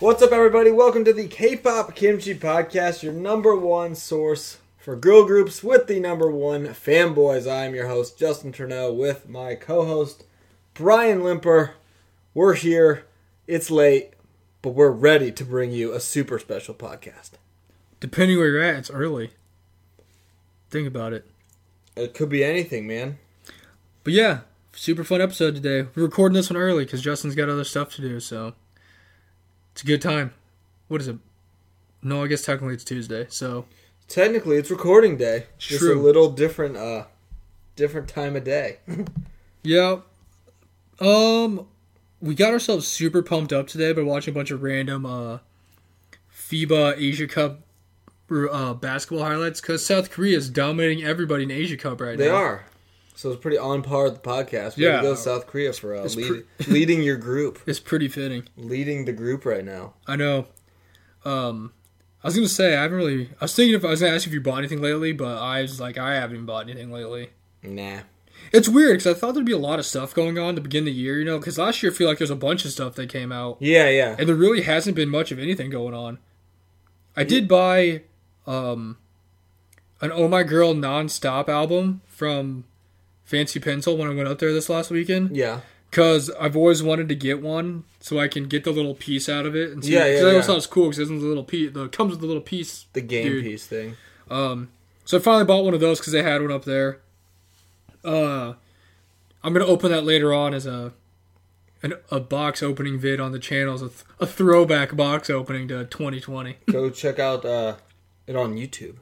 What's up, everybody? Welcome to the K-pop Kimchi Podcast, your number one source for girl groups with the number one fanboys. I am your host Justin Turneau with my co-host Brian Limper. We're here. It's late, but we're ready to bring you a super special podcast. Depending where you're at, it's early. Think about it. It could be anything, man. But yeah, super fun episode today. We're recording this one early because Justin's got other stuff to do, so it's a good time. What is it? No, I guess technically it's Tuesday, so Technically, it's recording day. Just a True. little different, uh, different time of day. yeah. Um, we got ourselves super pumped up today by watching a bunch of random uh FIBA Asia Cup uh, basketball highlights because South Korea is dominating everybody in Asia Cup right They now. are. So it's pretty on par with the podcast. Way yeah. Yeah. to go, South Korea, for uh, It's lead, leading your group. It's pretty fitting. Leading the group right now. I know. Um, I was gonna say I haven't really. I was thinking if I was gonna ask if you bought anything lately, but I was like I haven't bought anything lately. Nah. It's weird because I thought there'd be a lot of stuff going on to begin the year, you know. Because last year I feel like there's a bunch of stuff that came out, Yeah, yeah. and there really hasn't been much of anything going on. I did buy um, an Oh My Girl nonstop album from Fancy Pencil when I went out there this last weekend Yeah. because I've always wanted to get one so I can get the little piece out of it. And see, Yeah, yeah, 'cause I always yeah. thought it was cool because it the little piece. The, it comes with the little piece. The game Dude. piece thing. Um, so I finally bought one of those because they had one up there. Uh, I'm gonna open that later on as a an, a box opening vid on the channel, as a, th- a throwback box opening to 2020. go check out uh, it on YouTube.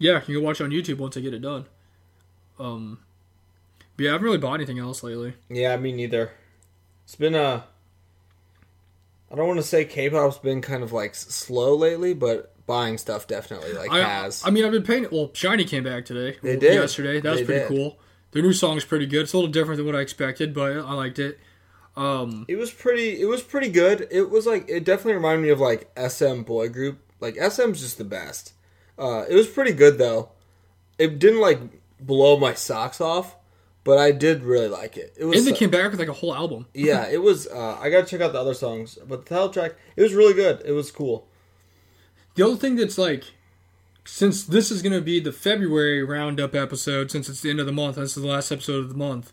Yeah, you can watch it on YouTube once I get it done. Um, but yeah, I haven't really bought anything else lately. Yeah, me neither. It's been uh I don't want to say K-pop's been kind of like s- slow lately, but buying stuff definitely like I, has. I mean, I've been paying. Well, Shiny came back today. They Well, did. yesterday. That was They pretty did. cool. Their new song's pretty good. It's a little different than what I expected, but I liked it. Um, it was pretty. It was pretty good. It was like it definitely reminded me of like SM boy group. Like SM's just the best. Uh, it was pretty good though. It didn't like blow my socks off, but I did really like it. It was and they came back with like a whole album. yeah. It was. Uh, I gotta check out the other songs, but the title track. It was really good. It was cool. The other thing that's like, since this is gonna be the February roundup episode, since it's the end of the month, this is the last episode of the month.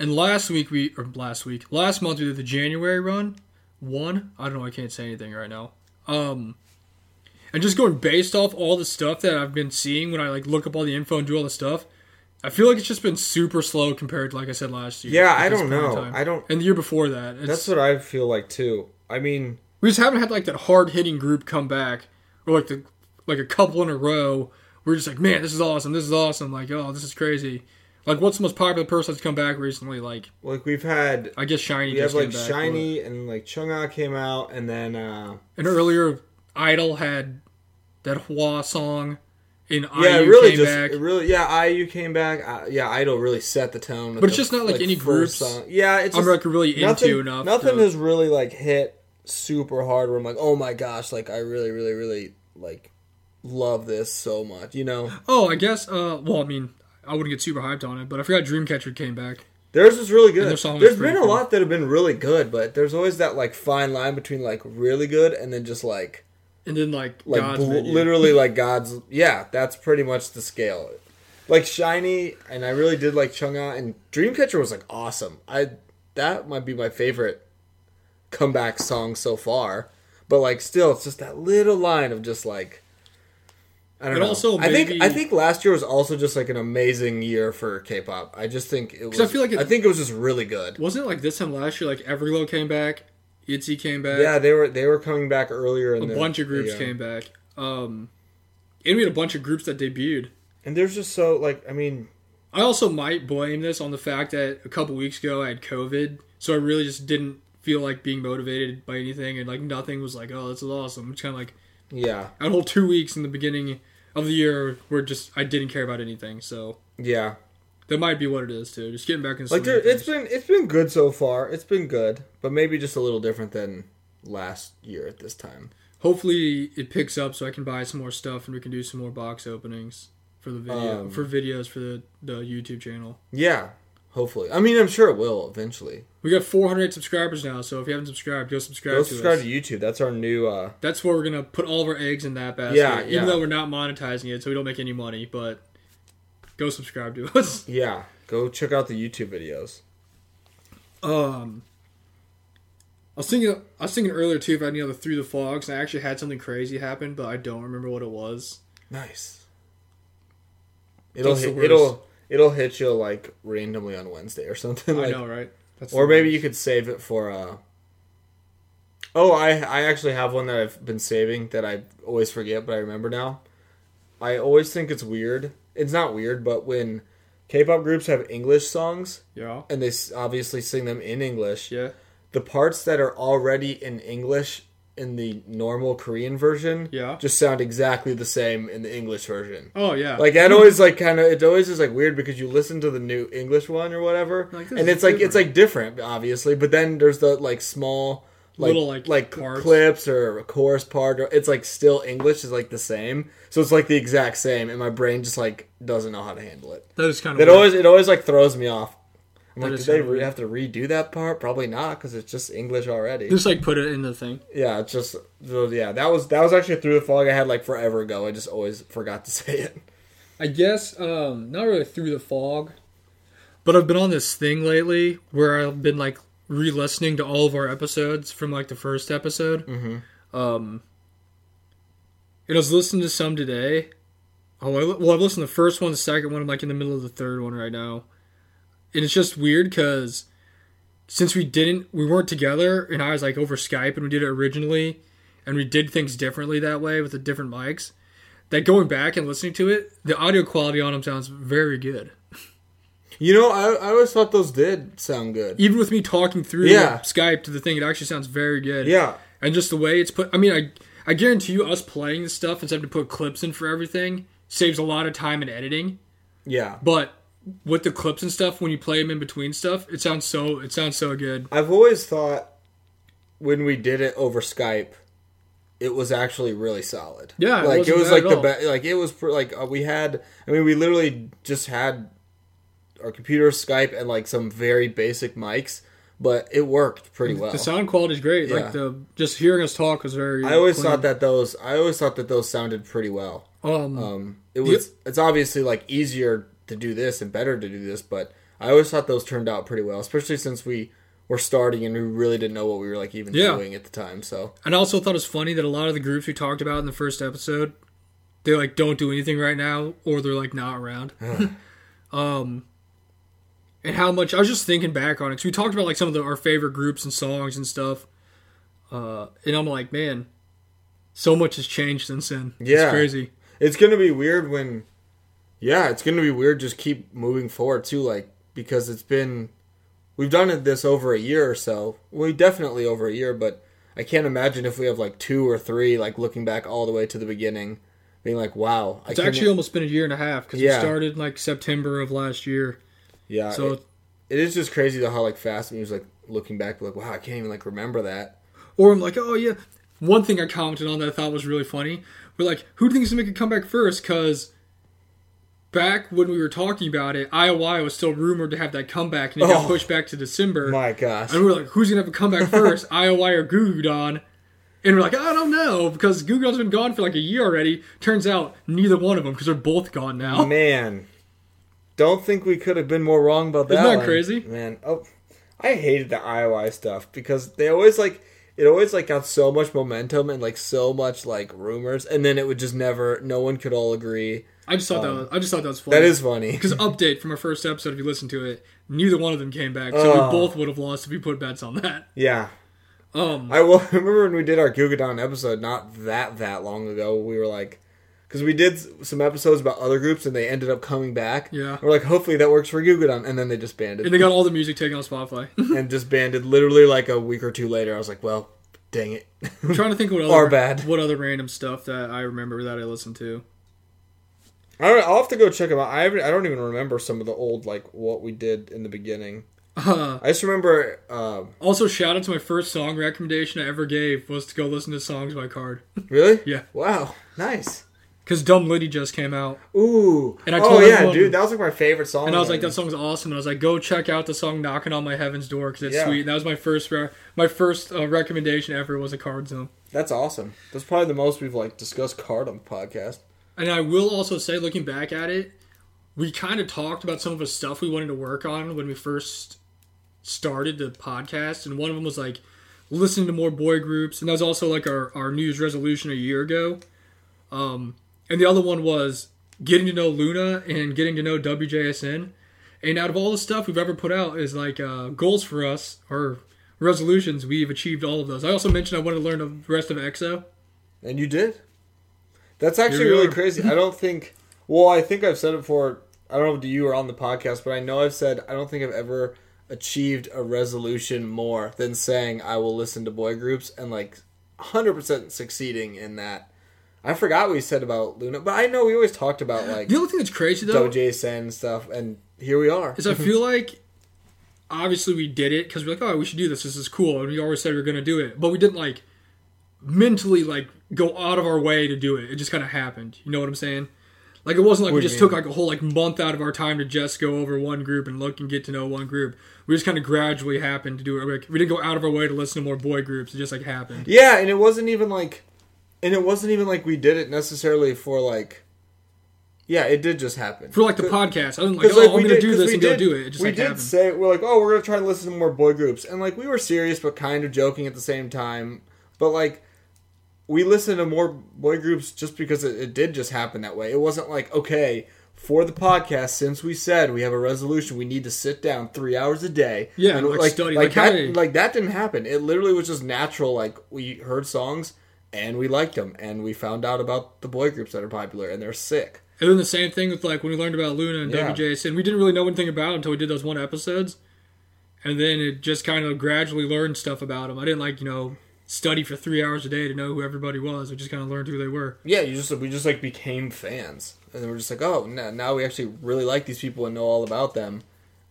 And last week we, or last week, last month we did the January run. One, I don't know, I can't say anything right now. Um, and just going based off all the stuff that I've been seeing when I like look up all the info and do all the stuff, I feel like it's just been super slow compared to like I said last year. Yeah, at I this don't point in know. time. I don't- And the year before that, it's, That's what I feel like too. I mean, we just haven't had like that hard hitting group come back or like the like a couple in a row. We're just like, man, this is awesome. This is awesome. Like, oh, this is crazy. Like, what's the most popular person that's come back recently? Like, like we've had I guess Shiny. we have just like came back, Shiny and like Chunga came out, and then uh but- And earlier, Idol had that Hua song, and yeah, IU it really came just back. it really yeah. IU came back. Uh, yeah, Idol really set the tone. with But it's the- just not like any first groups Yeah, it's I'm just, like really nothing, into enough. Nothing to- has really like hit super hard where I'm like, oh my gosh, like I really, really, really like love this so much. You know, Oh, I guess. Uh, well, I mean, I wouldn't get super hyped on it, but I forgot Dreamcatcher came back. theirs is really good. their song is There's been pretty a cool. lot that have been really good, but there's always that like fine line between like really good and then just like And then like, like God's bl- Video. literally like God's. Yeah, that's pretty much the scale. Like shiny, and I really did like Chunga, and Dreamcatcher was like awesome. I that might be my favorite comeback song so far. But like, still, it's just that little line of just like I don't It know. also I think maybe- I think last year was also just like an amazing year for K-pop. I just think it was. I feel like it- I think it was just really good. Wasn't it like this time last year? Like Everglow came back, Itzy came back. Yeah, they were they were coming back earlier. In a the, bunch of groups yeah. came back. Um, and we had a bunch of groups that debuted. and there's just so like I mean, I also might blame this on the fact that a couple weeks ago I had COVID, so I really just didn't feel like being motivated by anything, and like nothing was like, oh, this is awesome. It's kind of like yeah, I had a whole two weeks in the beginning of the year where just I didn't care about anything. So yeah. that might be what it is too. Just getting back into Like swing there, of it's things. been it's been good so far. It's been good, but maybe just a little different than last year at this time. hopefully it picks up so I can buy some more stuff and we can do some more box openings for the video Um, for videos for the, the YouTube channel. Yeah, Hopefully, I mean, I'm sure it will eventually. We got 408 subscribers now, so if you haven't subscribed, go subscribe Go to subscribe us. to YouTube. That's our new. uh That's where we're gonna put all of our eggs in that basket. Yeah, yeah. Even though we're not monetizing it, so we don't make any money, but go subscribe to us. Yeah, go check out the YouTube videos. Um, I was thinking, I was thinking earlier too about you know the through the fogs. And I actually had something crazy happen, but I don't remember what it was. Nice. It'll That's the hit, worst. it'll it'll hit you like randomly on Wednesday or something. Like, I know, right? That's Or the- maybe you could save it for. uh Oh, I I actually have one that I've been saving that I always forget, but I remember now. I always think it's weird. It's not weird, but when K-pop groups have English songs yeah, and they s- obviously sing them in English, yeah, the parts that are already in English in the normal Korean version Yeah. just sound exactly the same in the English version. oh yeah. Like that always like kind of it always is like weird because you listen to the new English one or whatever, Like, this and is it's like it's like different obviously, but then there's the like small like Little, like, like, parts. clips or a chorus part. Or, it's like still English is like the same, so it's like the exact same, and my brain just like doesn't know how to handle it. that is kind It always it always like throws me off. I'm like, did is they kinda re- weird. have to redo that part? Probably not because it's just English already. just like put it in the thing. Yeah, it's just so, yeah. That was that was actually through the fog I had like forever ago. I just always forgot to say it. I guess um, not really through the fog, but I've been on this thing lately where I've been like re-listening to all of our episodes from like the first episode. Mm-hmm. Um, and I was listening to some today. Oh, I, well, I've listened to the first one, the second one. I'm like in the middle of the third one right now, and it's just weird because since we didn't, we weren't together, and I was like over Skype, and we did it originally, and we did things differently that way with the different mics that going back and listening to it, the audio quality on them sounds very good. You know, I, I always thought those did sound good. Even with me talking through Yeah. Skype to the thing, it actually sounds very good. Yeah, And just the way it's put, I mean, I I guarantee you, us playing this stuff instead of to put clips in for everything saves a lot of time in editing. yeah. But with the clips and stuff, when you play them in between stuff, it sounds so it sounds so good. I've always thought when we did it over Skype, it was actually really solid. Yeah, it like it wasn't was bad like at the all. best. Like it was pr- like uh, we had. I mean, we literally just had our computer, Skype, and like some very basic mics, but it worked pretty well. The sound quality is great. Yeah. Like the just hearing us talk was very. I always clean. thought that those. I always thought that those sounded pretty well. Um, Um, it was. It's obviously like easier to do this and better to do this, but I always thought those turned out pretty well, especially since we were starting and we really didn't know what we were like even Yeah. doing at the time. So And I also thought it was funny that a lot of the groups we talked about in the first episode, they like don't do anything right now, or they're like not around. um, and how much I was just thinking back on it because we talked about like some of the, our favorite groups and songs and stuff. Uh, and I'm like, man, so much has changed since then. Yeah. it's crazy. it's gonna be weird when, yeah, it's gonna be weird. Just keep moving forward too, like because it's been we've done it this over a year or so. We definitely over a year, but I can't imagine if we have like two or three, like looking back all the way to the beginning, being like, wow, I It's actually almost been a year and a half because Yeah. we started in, like September of last year. yeah. So it- it is just crazy though how like fast it was like looking back like wow I can't even like remember that. Or I'm like, oh yeah. One thing I commented on that I thought was really funny. We're like, who do you think's gonna make a comeback first? Because back when we were talking about it, IOI was still rumored to have that comeback, and it Oh. got pushed back to December. My gosh. And we we're like, who's gonna have a comeback first, IOI or Goo Goo Don? And we're like, I don't know, because Goo Goo Don's been gone for like a year already. Turns out neither one of them, because they're both gone now. Man. Don't think we could have been more wrong about that. Isn't that one. crazy? Man, oh I hated the IOI stuff because they always like it always like got so much momentum and like so much like rumors and then it would just never no one could all agree. I just thought that was, I just thought that was funny. Oh. That is funny. because update from our first episode. If you listen to it, neither one of them came back, so Oh. we both would have lost if we put bets on that. Yeah. Um, I will remember when we did our Gugadon episode not that that long ago. We were like, because we did s- some episodes about other groups and they ended up coming back. Yeah. we're like, hopefully that works for Gugadon, and then they just banded And they got all the music taken on Spotify. I'm and just banded literally like a week or two later. I was like, well, dang it. trying to think what other Our bad. what other random stuff that I remember that I listened to. I don't, I'll have to go check them out. I haven't, I don't even remember some of the old like what we did in the beginning. Uh, I just remember. Um, also, shout out to my first song recommendation I ever gave was to go listen to songs by Card really? Yeah. Wow. Nice. because Dumb Liddy just came out, Ooh. And I oh told yeah, everyone- dude, that was like my favorite song. and I was like, then. that song's awesome. And I was like, go check out the song "Knocking on My Heaven's Door" because it's Yeah. sweet. And that was my first re- my first uh, recommendation ever was a Card Zone. that's awesome. That's probably the most we've like discussed card on the podcast. And I will also say, looking back at it, we kind of talked about some of the stuff we wanted to work on when we first started the podcast. And one of them was like listening to more boy groups. And that was also like our, our New Year's resolution a year ago. Um, and the other one was getting to know Luna and getting to know WJSN. And out of all the stuff we've ever put out is like uh, goals for us or resolutions, we've achieved all of those. I also mentioned I want to learn the rest of EXO. And you did. That's actually Here we really are. crazy. I don't think. Well, I think I've said it before. I don't know if you were on the podcast, but I know I've said I don't think I've ever achieved a resolution more than saying I will listen to boy groups and like 100% succeeding in that. I forgot what we said about Luna, but I know we always talked about like The only thing that's crazy though Doja Sen and stuff, and here we are. is I feel like obviously we did it because we're like, oh, we should do this. This is cool, and we always said we were gonna do it, but we didn't like mentally like go out of our way to do it. It just kind of happened. You know what I'm saying? Like it wasn't like we do you just took like a whole like month out of our time to just go over one group and look and get to know one group. We just kind of gradually happened to do it. Like, we didn't go out of our way to listen to more boy groups. It just like happened. Yeah, and it wasn't even like, and it wasn't even like we did it necessarily for like. Yeah, it did just happen. For like the podcast, I didn't like, Because oh, like, I'm we gonna did, do 'cause this we and did, go do it. It just we like did happened. say we're like, oh, we're gonna try and listen to more boy groups, and like we were serious but kind of joking at the same time. But like, we listened to more boy groups just because it, it did just happen that way. It wasn't like okay for the podcast since we said we have a resolution we need to sit down three hours a day Yeah, and, like, study, like, like, that hey. like that didn't happen it literally was just natural like we heard songs and we liked them and we found out about the boy groups that are popular and they're sick And then the same thing with like when we learned about Luna and Yeah. WJSN, we didn't really know anything about 'em until we did those one episodes, and then it just kind of gradually learned stuff about them. I didn't like you know study for three hours a day to know who everybody was. I just kind of learned who they were. yeah, you just we just like became fans, and then we're just like, oh, now, now we actually really like these people and know all about them.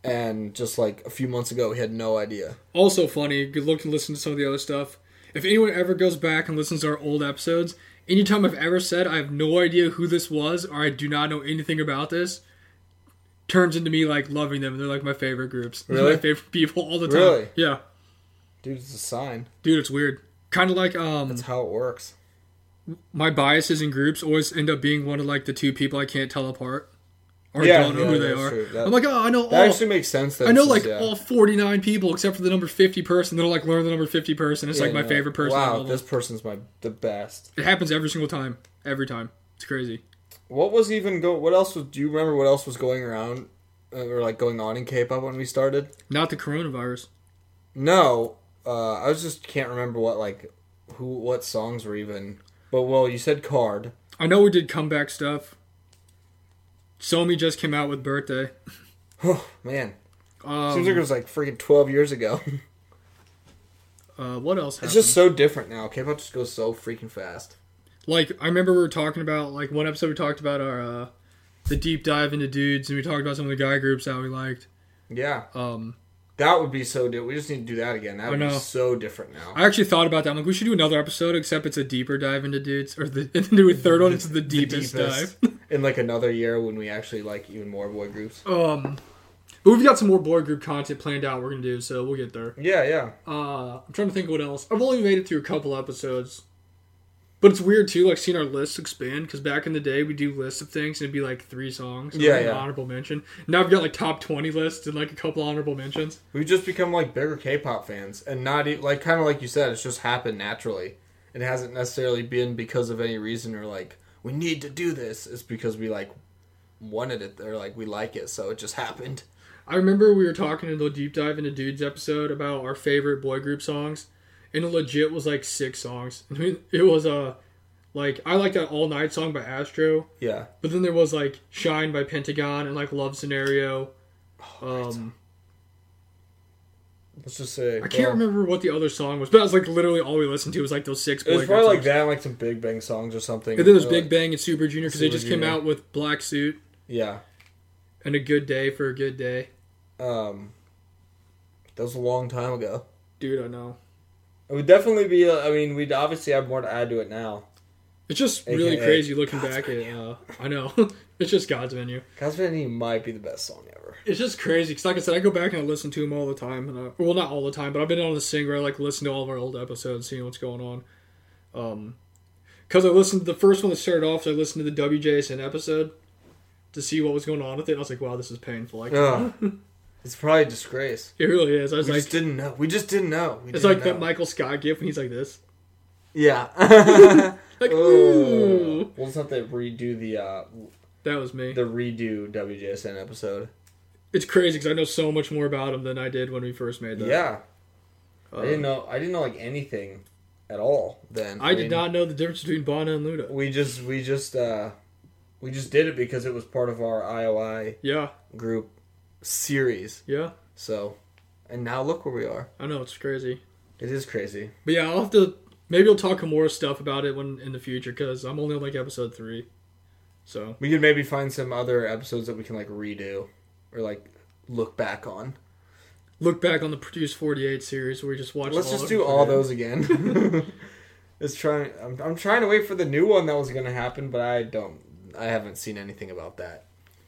And just like a few months ago, we had no idea. Also funny, good look and listen to some of the other stuff. If anyone ever goes back and listens to our old episodes, anytime I've ever said I have no idea who this was or I do not know anything about this, turns into me like loving them. They're like my favorite groups, They're Really? my favorite people all the time. Really? Yeah. Dude, it's a sign. Dude, it's weird. Kind of like um, That's how it works. my biases in groups always end up being one of like the two people I can't tell apart or Yeah, don't know yeah, who they that's are. true. That- I'm like, oh, I know all. That actually makes sense. That I know this like is- yeah. all 49 people except for the number 50 person. Then I'll like learn the number 50 person. It's Yeah, like my you're favorite person. Wow, Wow, this person's my the best. It happens every single time. Every time. It's crazy. What was even go? What else was? Do you remember what else was going around uh, or like going on in K-pop when we started? Not the coronavirus. No, uh, I was just can't remember what like who what songs were even. But well, you said card. I know we did comeback stuff. Somi just came out with birthday. Oh man, Um, Seems like it was like freaking 12 years ago. uh, what else? it's Happened? just so different now. K-pop just goes so freaking fast. like I remember we were talking about like one episode we talked about our uh, the deep dive into dudes and we talked about some of the guy groups that we liked. Yeah, Um, that would be so. Di- we just need to do that again. That would be know. so different now. Oh, I actually thought about that. I'm like, we should do another episode, except it's a deeper dive into dudes, or the and then do a third one. It's the deepest, dive. in like another year when we actually like even more boy groups. Um, but we've got some more boy group content planned out. We're gonna do so. We'll get there. Yeah, yeah. Uh, I'm trying to think what else. I've only made it through a couple episodes, but it's weird too. Like seeing our lists expand because back in the day we do lists of things and it'd be like three songs. and Yeah, like an yeah. Honorable mention. Now I've got like top twenty lists and like a couple honorable mentions. We've just become like bigger K-pop fans, and not e- like kind of like you said, it's just happened naturally. It hasn't necessarily been because of any reason or like we need to do this. It's because we like wanted it or like we like it, so it just happened. I remember we were talking in the deep dive into dudes episode about our favorite boy group songs, and it legit was like six songs. I mean, it was uh, like I liked that all night song by Astro, Yeah. but then there was like Shine by Pentagon and like Love Scenario. Oh, Um, Let's just say I can't remember what the other song was, but that was like literally all we listened to was like those six. Boy It was group probably like songs. that, and like some Big Bang songs or something. And then there's Or, Big like- Bang and Super Junior because they Super just came Junior. out with Black Suit Yeah, and A Good Day for a Good Day. um, that was a long time ago. Dude, I know. It would definitely be. uh, I mean, we'd obviously have more to add to it now, It's just really AKA crazy looking God's back at. Uh, I know it's just God's menu. God's Menu might be the best song ever. It's just crazy because, like I said, I go back and I listen to them all the time. And I, well, not all the time, but I've been on this thing where I like listen to all of our old episodes, seeing what's going on. Um, because I listened to the first one that started off, I listened to the WJSN episode to see what was going on with it. And I was like, wow, this is painful. Like, Ugh. it's probably a disgrace. it really is. I was We like, just didn't know. We just didn't know. We it's didn't like know. that Michael Scott gif when he's like this, Yeah. like, Ooh. ooh, We'll just have to redo the uh, that was me. the redo WJSN episode. It's crazy because I know so much more about him than I did when we first made that. Yeah, Uh, I didn't know. I didn't know like anything at all then. I did mean, not know the difference between Bonna and Luda. We just we just uh, we just did it because it was part of our IOI Yeah, group series. yeah, So, and now look where we are. I know it's crazy. It is crazy. But yeah, I'll have to. Maybe I'll talk more stuff about it when in the future because I'm only on like episode three. So We could maybe find some other episodes that we can like redo or like look back on. look back on the Produce 48 series where we just watched. Let's all just of it. do all those again. it's trying. I'm, I'm trying to wait for the new one that was going to happen, but I don't. I haven't seen anything about that.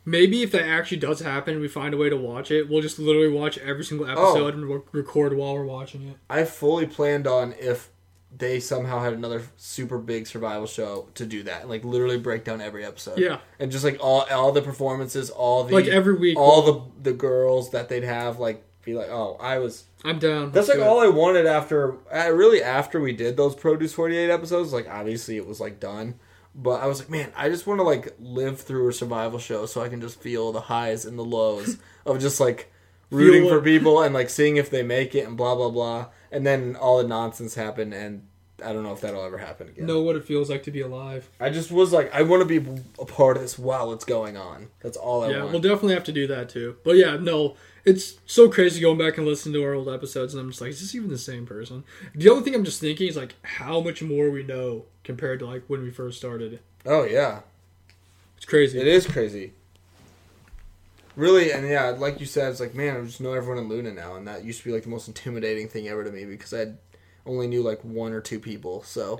Maybe if that actually does happen, we find a way to watch it. We'll just literally watch every single Oh. episode and re- record while we're watching it. I fully planned on if they somehow had another super big survival show to do that, like literally break down every episode. Yeah. and just like all all the performances, all the Like every week. all the the girls that they'd have, like be like, oh, I was. I'm down. That's Let's like do it. all I wanted after, I really after we did those Produce 48 episodes, like obviously it was like done, but I was like, man, I just want to like live through a survival show so I can just feel the highs and the lows of just like rooting Feel for it. people and like seeing if they make it and blah blah blah. And then all the nonsense happened and I don't know if that'll ever happen again. Know what it feels like to be alive. I just was like, I want to be a part of this while it's going on. That's all I yeah, want. we'll definitely have to do that too. But yeah, no, it's so crazy going back and listening to our old episodes, and I'm just like, is this even the same person? The only thing I'm just thinking is like, how much more we know compared to like when we first started. oh yeah. It's crazy. It is crazy. Really, and yeah, like you said, it's like, man, I just know everyone in Luna now, and that used to be like the most intimidating thing ever to me because I only knew like one or two people. So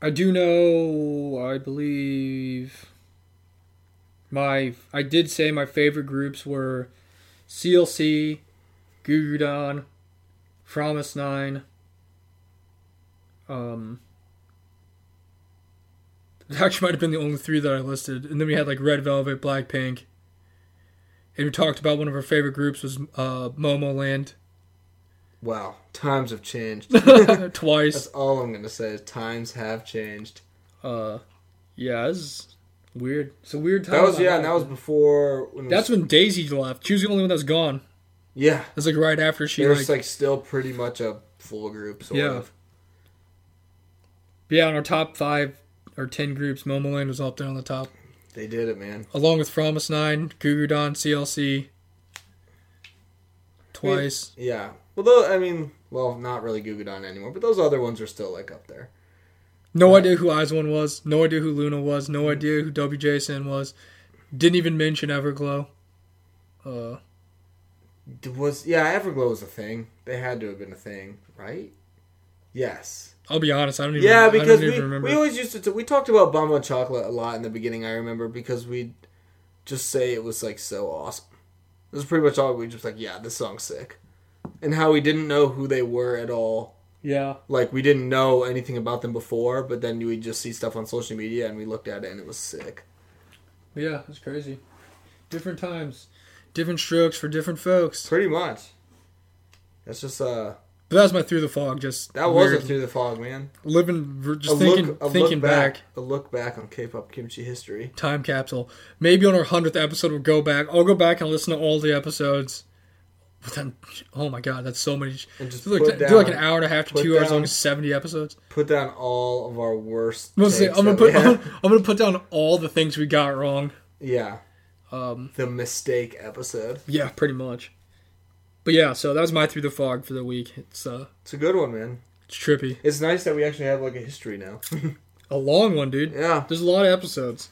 I do know. I believe my I did say my favorite groups were CLC, Gugudon, Promise Nine. Um, that actually might have been the only three that I listed, and then we had like Red Velvet, Blackpink, and we talked about one of our favorite groups was uh, Momoland wow, times have changed. That's twice. all I'm gonna say. Is times have changed. Uh, yeah, it's weird. It's a weird time. That was in my yeah, life. and that was before. When it That's was, when Daisy left. She was the only one that was gone. yeah. That's like right after she It like, was like still pretty much a full group, sort Yeah. of. yeah, on our top five or ten groups, Momoland was up there on the top, They did it, man. along with Promise Nine, Gugudon, CLC, twice. Yeah. Well, though, I mean, well, not really Gugudon anymore, but those other ones are still like up there. No idea who Eyes One was. No idea who Luna was. No idea who WJSN was. Didn't even mention Everglow. Uh, It was yeah everglow was a thing they had to have been a thing right yes I'll be honest, I don't even. yeah I don't because even we, remember. we always used to t- we talked about bamba chocolate a lot in the beginning i remember because we'd just say it was like so awesome this is pretty much all we just like yeah this song's sick and how we didn't know who they were at all yeah, like we didn't know anything about them before but then we just see stuff on social media and we looked at it and it was sick yeah, it's crazy. Different times, different strokes for different folks. pretty much that's just uh But that was my through the fog. Just that wasn't weird. through the fog man living we're just a thinking look, a thinking look back. a look back on K-pop kimchi history. time capsule maybe on our 100th episode we'll go back i'll go back and listen to all the episodes but then oh my god that's so many And just do like, put do like an down- hour and a half to put two hours long down- 70 episodes Put down all of our worst. i'm gonna, say, takes I'm, gonna that we put, had. I'm, gonna put down all the things we got wrong yeah, um, the mistake episode. yeah pretty much but yeah so that was my through the fog for the week it's uh It's a good one, man. it's trippy It's nice that we actually have like a history now. a long one dude yeah, There's a lot of episodes.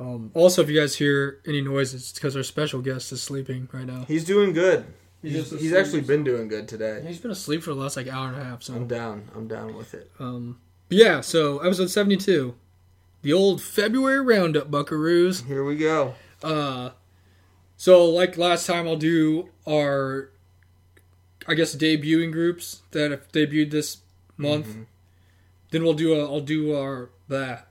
Um, also, if you guys hear any noises, it's because our special guest is sleeping right now. he's doing good. He's He's, just he's asleep. actually been doing good today. He's been asleep for the last like hour and a half. I'm So, down. I'm down with it. um, But yeah, so episode 72. The old February roundup, buckaroos. Here we go. Uh, so like last time, I'll do our, I guess, debuting groups that have debuted this month. Mm-hmm. Then we'll do. A, I'll do our that.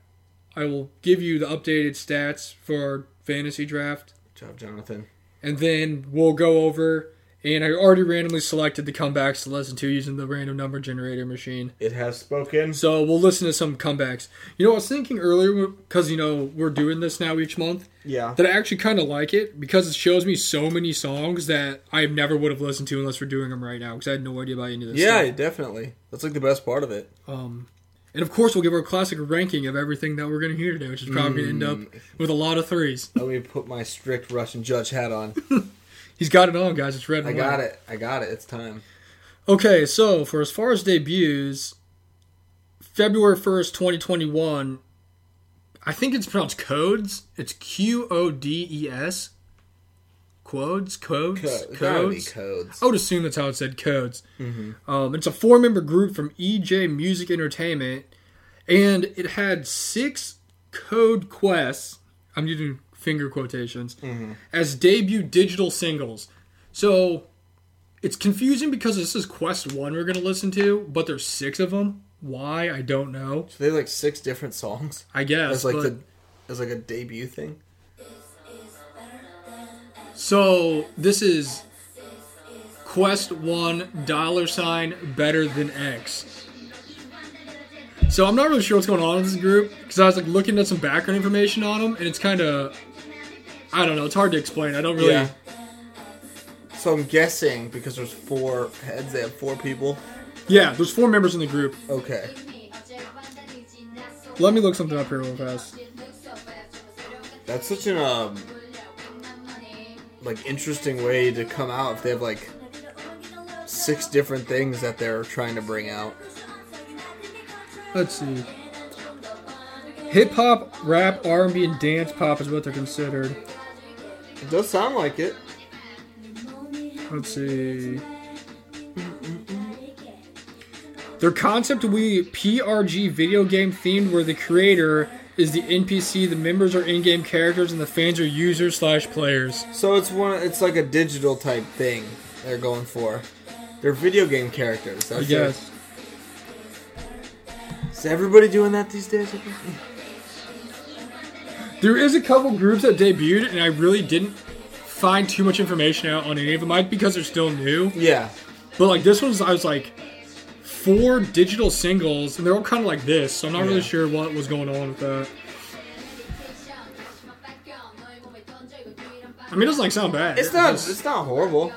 I will give you the updated stats for our fantasy draft, Good job, Jonathan. and then we'll go over. And I already randomly selected the comebacks to listen to using the random number generator machine. It has spoken. So we'll listen to some comebacks. You know, I was thinking earlier because you know we're doing this now each month Yeah. that I actually kind of like it because it shows me so many songs that I never would have listened to unless we're doing them right now because I had no idea about any of this. Yeah, stuff. definitely. That's like the best part of it. Um, and of course, we'll give our classic ranking of everything that we're going to hear today, which is probably going to Mm. end up with a lot of threes. Let me put my strict Russian judge hat on. He's got it on, guys. It's red. And I got it. I got it. It's time. Okay, so for as far as debuts, February first, twenty twenty one. I think it's pronounced codes. It's Q O D E S. Quodes, codes, Co- codes. gotta be codes. I would assume that's how it said codes. Um, it's a four member group from EJ Music Entertainment, and it had six code quests. I'm using finger quotations Mm-hmm. as debut digital singles. So it's confusing because this is quest one we're going to listen to, but there's six of them. Why I don't know. So they have like six different songs I guess. as like but- the as like a debut thing. So this is Quest One Dollar Sign Better Than X. So I'm not really sure what's going on in this group because I was like looking at some background information on them, and it's kind of I don't know. It's hard to explain. I don't really. Yeah. So I'm guessing because there's four heads, they have four people. Yeah, there's four members in the group. Okay. Let me look something up here real fast. That's such an um like interesting way to come out if they have like six different things that they're trying to bring out. Let's see. Hip hop, rap, R&B, and dance pop is what they're considered. It does sound like it. Let's see. Their concept we PRG video game themed, where the creator is the NPC, the members are in-game characters, and the fans are users slash players. So it's one it's like a digital type thing they're going for. They're video game characters. That's it. Yes. Is everybody doing that these days? There is a couple groups that debuted, and I really didn't find too much information out on any of them. Might because they're still new, Yeah. but like this one's, I was like four digital singles, and they're all kind of like this. So I'm not Yeah. really sure what was going on with that. I mean, it doesn't like sound bad. It's not it's not horrible.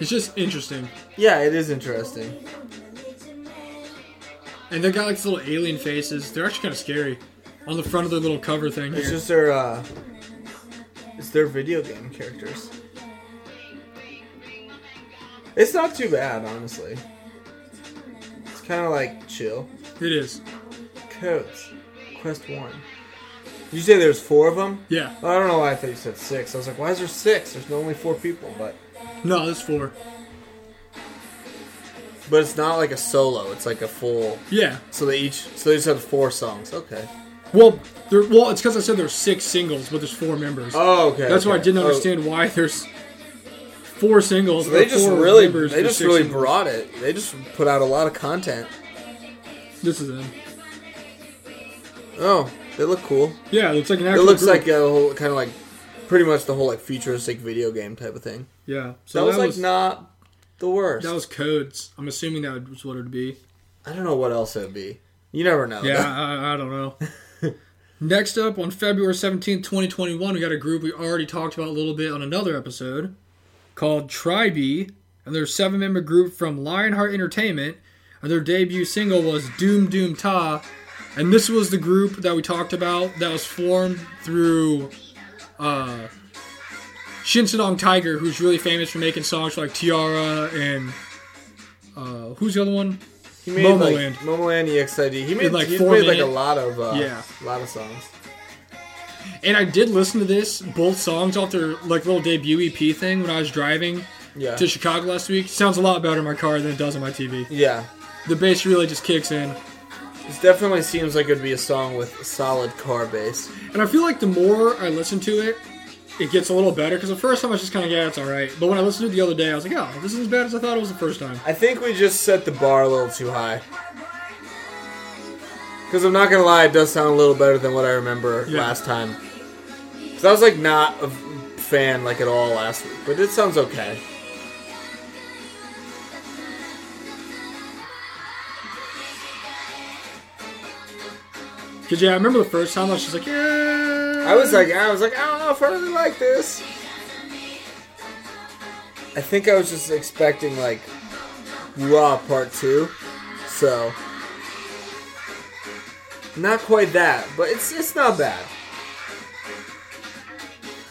It's just interesting. Yeah, it is interesting. And they got like these little alien faces. They're actually kind of scary on the front of their little cover thing. It's here. just their uh it's their video game characters. It's not too bad, honestly. It's kind of like chill. it is. Codes. Quest 1. You say there's four of them? Yeah. I don't know why I thought you said six. I was like, why is there six? There's only four people, but No, that's four. but it's not like a solo. It's like a full. Yeah. So they each so they just have four songs. Okay. Well, there. Well, it's because I said there's six singles, but there's four members. Oh, okay. that's why I okay. didn't Oh, understand why there's four singles. so they or just four really members they for just six really singles. brought it. They just put out a lot of content. This is them. Oh, they look cool. Yeah, it looks like an It actual. looks group. like a whole kind of like pretty much the whole like futuristic video game type of thing. Yeah. So That was like not the worst. That was codes. I'm assuming that was what it'd be. I don't know what else it'd be. You never know. Yeah, I, I don't know. Next up on February 17th, 2021, we got a group we already talked about a little bit on another episode called Tribe, and they're a seven member group from Lionheart Entertainment, and their debut single was Doom Doom Ta. And this was the group that we talked about that was formed through uh, Shinsedong Tiger, who's really famous for making songs for like Tiara and uh, who's the other one? He made Momoland. like Momoland E EXID. He made like, he four made like a minute- lot of uh, Yeah. a lot of songs. And I did listen to this both songs off their like little debut EP thing when I was driving Yeah. to Chicago last week. Sounds a lot better in my car than it does on my TV. yeah. the bass really just kicks in. This definitely seems like it'd be a song with solid car bass. And I feel like the more I listen to it, it gets a little better. Because the first time I was just kind of, yeah, it's all right. But when I listened to it the other day, I was like, oh, this isn't as bad as I thought it was the first time. I think we just set the bar a little too high. Because I'm not gonna lie, it does sound a little better than what I remember Yeah. last time. Because I was like not a fan like at all last week, but it sounds okay. Because, yeah, I remember the first time I was just like, yeah. I was like, I was like, I don't know if I really like this. I think I was just expecting like Raw Part Two, so not quite that, but it's it's not bad.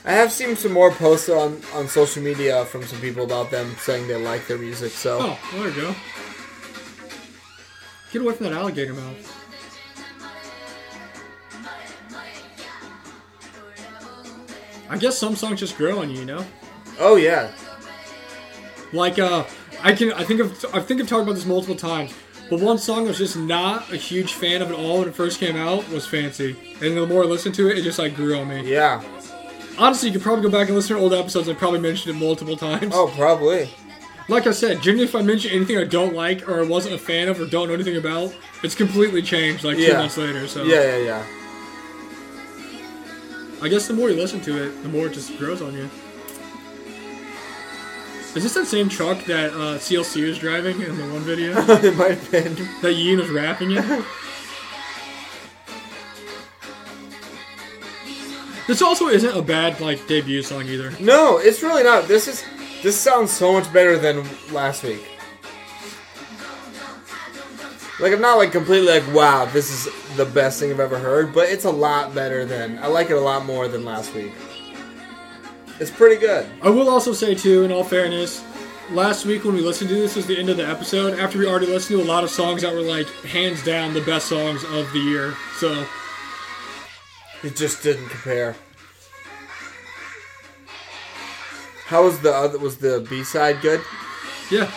I have seen some more posts on on social media from some people about them saying they like their music, so. oh, well, there you go. Get away from that alligator mouth. I guess some songs just grow on you, you know? Oh yeah, Like uh, I can I think of I think I've talked about this multiple times. But one song I was just not a huge fan of at all when it first came out was "Fancy," and the more I listened to it, it just like grew on me. yeah. Honestly, you could probably go back and listen to old episodes. I probably mentioned it multiple times. Oh, probably. Like I said, generally, if I mention anything I don't like or I wasn't a fan of or don't know anything about, it's completely changed like two Yeah. months later. So Yeah, yeah, yeah. I guess the more you listen to it, the more it just grows on you. Is this that same truck that uh, CLC was driving in the one video? it might have been. That Ian was rapping it. this also isn't a bad like debut song either. No, it's really not. This is this sounds so much better than last week. Like I'm not like completely like wow, this is the best thing I've ever heard, but it's a lot better than I like it a lot more than last week. It's pretty good. I will also say too, in all fairness, last week when we listened to this was the end of the episode after we already listened to a lot of songs that were like hands down the best songs of the year. So It just didn't compare. How was the other? Was the B side good? yeah,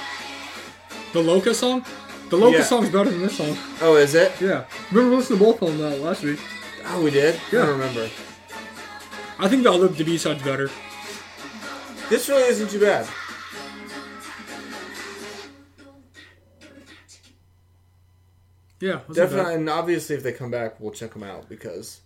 the Loca song, the Loca Yeah. song's better than this song. Oh, is it? Yeah, remember we listened to both of them uh, last week. Oh, we did. I Yeah. don't remember. I think the other the B side's better. This really isn't too bad. Yeah, wasn't bad. Definitely, and obviously, if they come back, we'll check them out because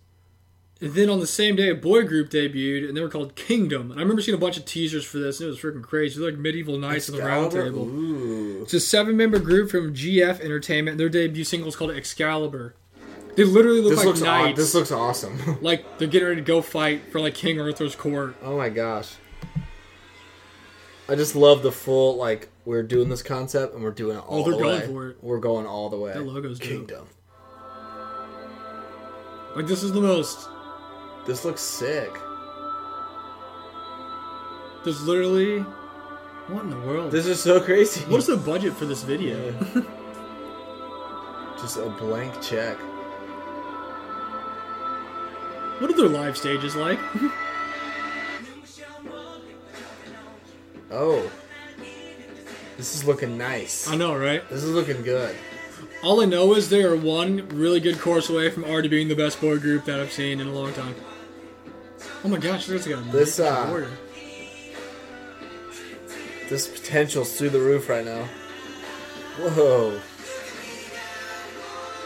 And then on the same day, a boy group debuted, and they were called Kingdom. And I remember seeing a bunch of teasers for this, and it was freaking crazy. They're like medieval knights of the round Excalibur? table. Ooh. It's a seven-member group from GF Entertainment. Their debut single is called Excalibur. They literally look This like looks aw- knights. this looks awesome. like they're getting ready to go fight for like King Arthur's court. oh my gosh. I just love the full like we're doing this concept and we're doing it all Oh, they're the going way. for it. We're going all the way. That logo's dope. kingdom. Like this is the most. This looks sick. There's literally. What in the world? This is so crazy. What's the budget for this video? just a blank check. What are their live stages like? Oh. This is looking nice. I know, right? This is looking good. All I know is they are one really good course away from already being the best boy group that I've seen in a long time. Oh my gosh, there's got a This, nice uh, border. This potential's through the roof right now. Whoa.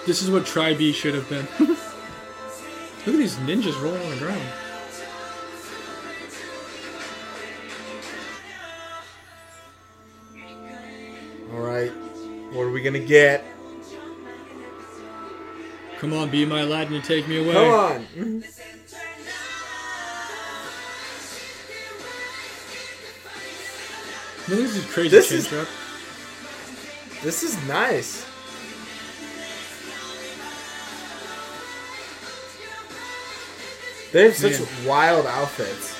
This is what Tri B should have been. Look at these ninjas rolling on the ground. All right. What are we gonna get? Come on, be my Aladdin and take me away. Come on. Look at this crazy This chin is- strap. This is nice. They have such Man. wild outfits.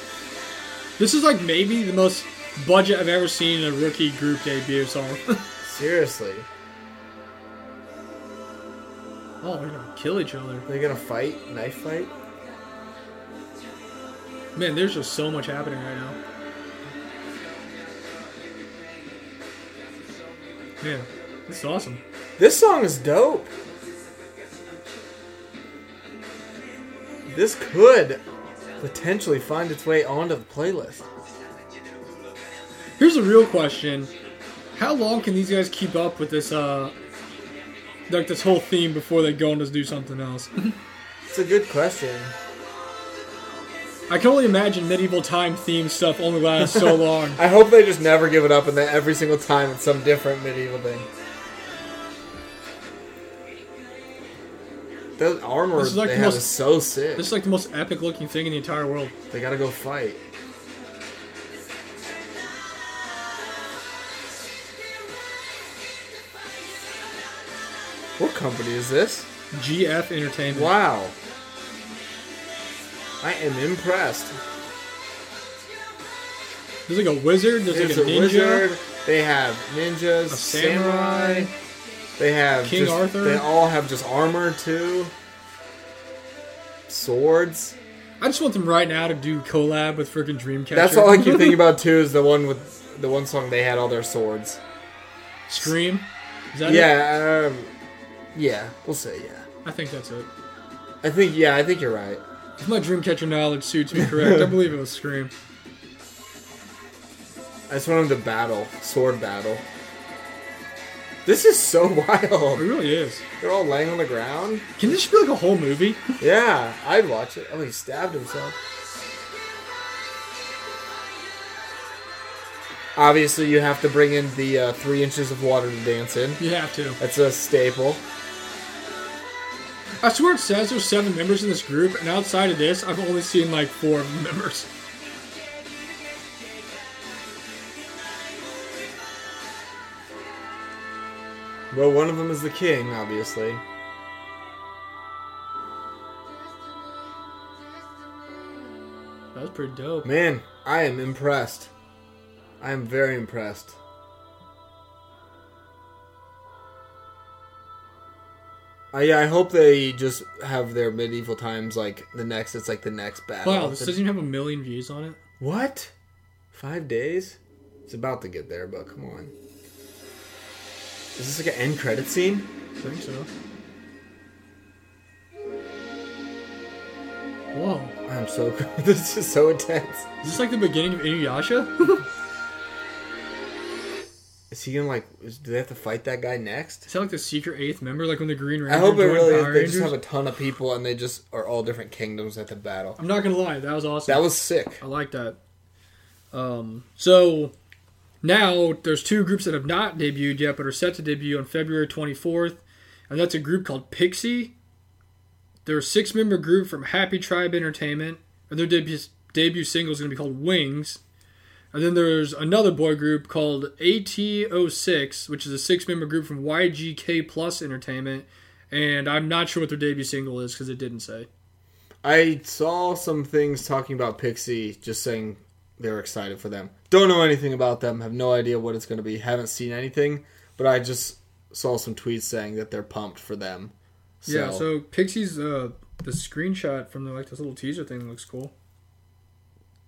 This is like maybe the most budget I've ever seen in a rookie group debut song. Seriously. oh, they're gonna kill each other. They're gonna fight? Knife fight? Man, there's just so much happening right now. Man, this is awesome. This song is dope. This could potentially find its way onto the playlist. Here's a real question: How long can these guys keep up with this, uh, like this whole theme before they go and just do something else? It's a good question. I can only imagine medieval time theme stuff only lasts so long. I hope they just never give it up and that every single time it's some different medieval thing. Those armor This is like they the have most- is so sick. This is like the most epic looking thing in the entire world. They gotta go fight. What company is this? GF Entertainment. Wow. I am impressed. There's like a wizard. There's, There's a, like a, ninja. wizard. They have ninjas, A samurai. samurai. They have King just- Arthur. They all have just armor too. Swords. I just want them right now to do collab with freaking Dreamcatcher. That's all I keep thinking about too. Is the one with the one song they had all their swords. Scream. Is that It? Yeah, um, yeah, we'll say yeah. I think that's it. I think yeah, I think you're right. If my Dreamcatcher knowledge suits me correct, I believe it was Scream. I just want him to battle, sword battle. This is so It wild. really is. They're all laying on the ground. Can this be like a whole movie? Yeah, I'd watch it. Oh, he stabbed himself. Obviously, you have to bring in the uh, three inches of water to dance in. You have to. That's a staple. I swear it says there's seven members in this group, and outside of this, I've only seen like four of the members. Well, one of them is the king, obviously. That was pretty dope. Man, I am impressed. I am very impressed. I yeah, I hope they just have their medieval times like the next. It's like the next battle. Wow, this doesn't even have a million views on it. what? Five days? It's about to get there, but come on. Is this like an end credit scene? I think so. Whoa. I'm so. this is so intense. Is this like the beginning of Inuyasha? Is he gonna like? Is, do they have to fight that guy next? is that like the secret eighth member, like when the Green Ranger I hope it joined really is. Power They just Rangers? have a ton of people, and they just are all different kingdoms at the battle. I'm not gonna lie, that was awesome. That was sick. I like that. Um, so now there's two groups that have not debuted yet, but are set to debut on February 24th, and that's a group called Pixie. They're a six-member group from Happy Tribe Entertainment, and their debut debut single is going to be called Wings. And then there's another boy group called AT06, which is a six-member group from YGK Plus Entertainment, and I'm not sure what their debut single is because it didn't say. I saw some things talking about Pixie, just saying they're excited for them. Don't know anything about them. Have no idea what it's going to be. Haven't seen anything, but I just saw some tweets saying that they're pumped for them. So, Yeah, so Pixie's uh the screenshot from the like this little teaser thing looks cool.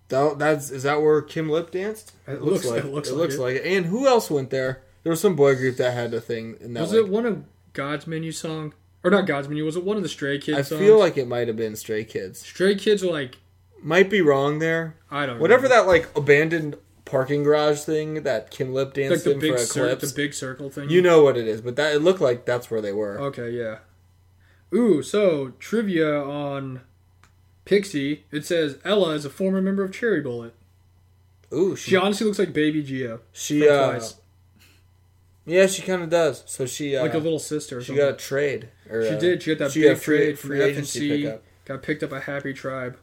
tha- that's is that where Kim Lip danced? It looks- it looks it like looks it. like it. And who else went there? There was some boy group that had a thing in that. was like- it one of God's menu song? Or not God's menu, was it one of the Stray Kids I songs? feel like it might have been Stray Kids. Stray Kids are like Might be wrong there, I don't Whatever know. that like abandoned parking garage thing that Kim Lip like danced the in big for cir- Eclipse, the big circle thing. you know what it is. But that it looked like that's where they were. Okay, yeah. Ooh, so trivia on Pixie. It says Ella is a former member of Cherry Bullet. Ooh, Oh, She she, honestly looks like Baby Geo. she uh, Twice. yeah, she kind of does. So she uh, like a little sister. Or she something. got a trade. Or, She uh, did. She got that she big got free- trade from free agency FNC. pickup. Got picked up by Happy Tribe.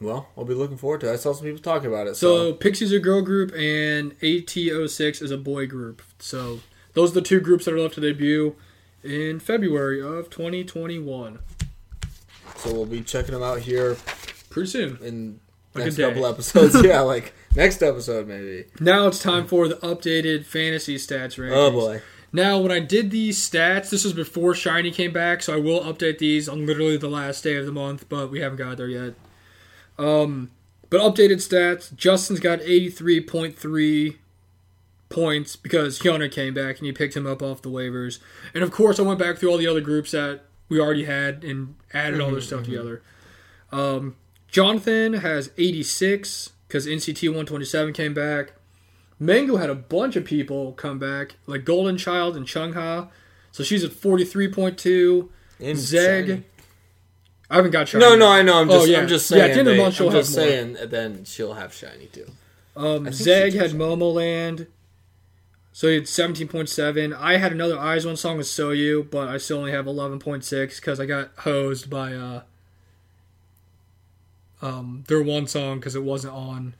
Well, I'll be looking forward to. it. I saw some people talking about it. So, So Pixie's a girl group and AT06 is a boy group. So those are the two groups that are left to debut in February of 2021. so we'll be checking them out here Pretty soon. in Like a next day. couple episodes. yeah, like next episode maybe. Now it's time for the updated fantasy stats rankings. Oh boy, Now when I did these stats, this was before Shiny came back, so I will update these on literally the last day of the month, but we haven't got there yet. Um, but updated stats: Justin's got 83.3 points because Hyuna came back and you picked him up off the waivers. And of course, I went back through all the other groups that we already had and added all their stuff together. Um, Jonathan has 86 because NCT 127 came back. Mango had a bunch of people come back, like Golden Child and Chungha. So she's at 43.2. Zeg. I haven't got Chungha. No, no, I know. I'm Oh, just, yeah. I'm just Yeah, saying. at the end of the they- month she'll I'm just have more. saying. Then she'll have shiny too. Um, think Zeg she had does. Momoland. So he had 17.7. I had another Eyes One song with Soyu, but I still only have 11.6 because I got hosed by uh, um, their one song because it wasn't on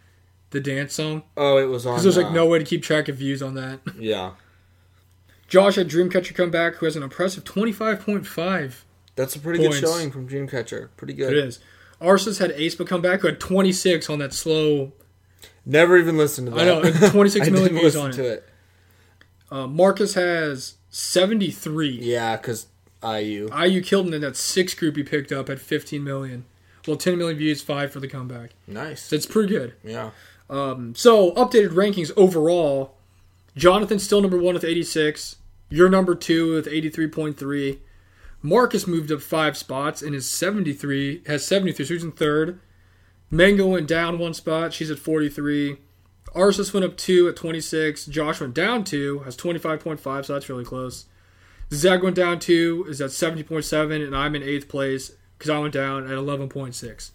the dance song. Oh, it was on. Because there's like uh, no way to keep track of views on that. Yeah, Josh had Dreamcatcher come back, who has an impressive 25.5. that's a pretty Points. good showing from Dreamcatcher. Pretty It good. is. Arsis had Aespa come back, who had 26 on that slow. Never even listened to that. I know, it's 26 I million didn't views listen on it. to it. Uh, Marcus has 73. Yeah, because IU. IU killed him in that six group he picked up at 15 million. Well, 10 million views, five for the comeback. Nice. So it's pretty good. Yeah. Um, so updated rankings overall: Jonathan's still number one with 86. You're number two with 83.3. Marcus moved up five spots and is 73. Has 73. So he's in third. Mango went down one spot. She's at 43. Arsis went up two at 26. Josh went down two. Has 25.5. So that's really close. Zach went down two. Is at 70.7, and I'm in eighth place because I went down at 11.6.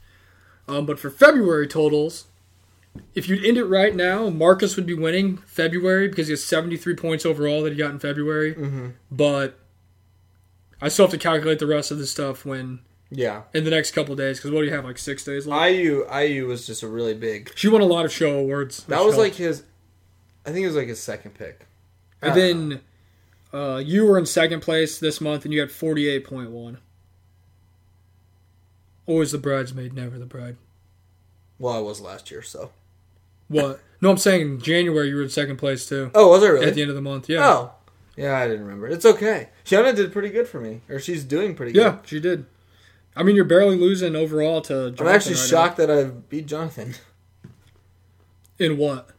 Um, but for February totals, if you'd end it right now, Marcus would be winning February because he has 73 points overall that he got in February. Mm-hmm. But I still have to calculate the rest of this stuff when Yeah. in the next couple days because what do you have like six days left? IU IU was just a really big. she won a lot of show awards. That which was helped. like his. I think it was like his second pick. and then uh, you were in second place this month and you had 48.1. Always the bridesmaid, never the bride. Well, I was last year, so. What? No, I'm saying in January you were in second place too Oh, was I really? at the end of the month. Yeah, Oh. Yeah, I didn't remember. It's okay. Shiona did pretty good for me, or she's doing pretty good. yeah, she did. I mean, you're barely losing overall to. Jonathan I'm actually right now. shocked that I beat Jonathan. In what?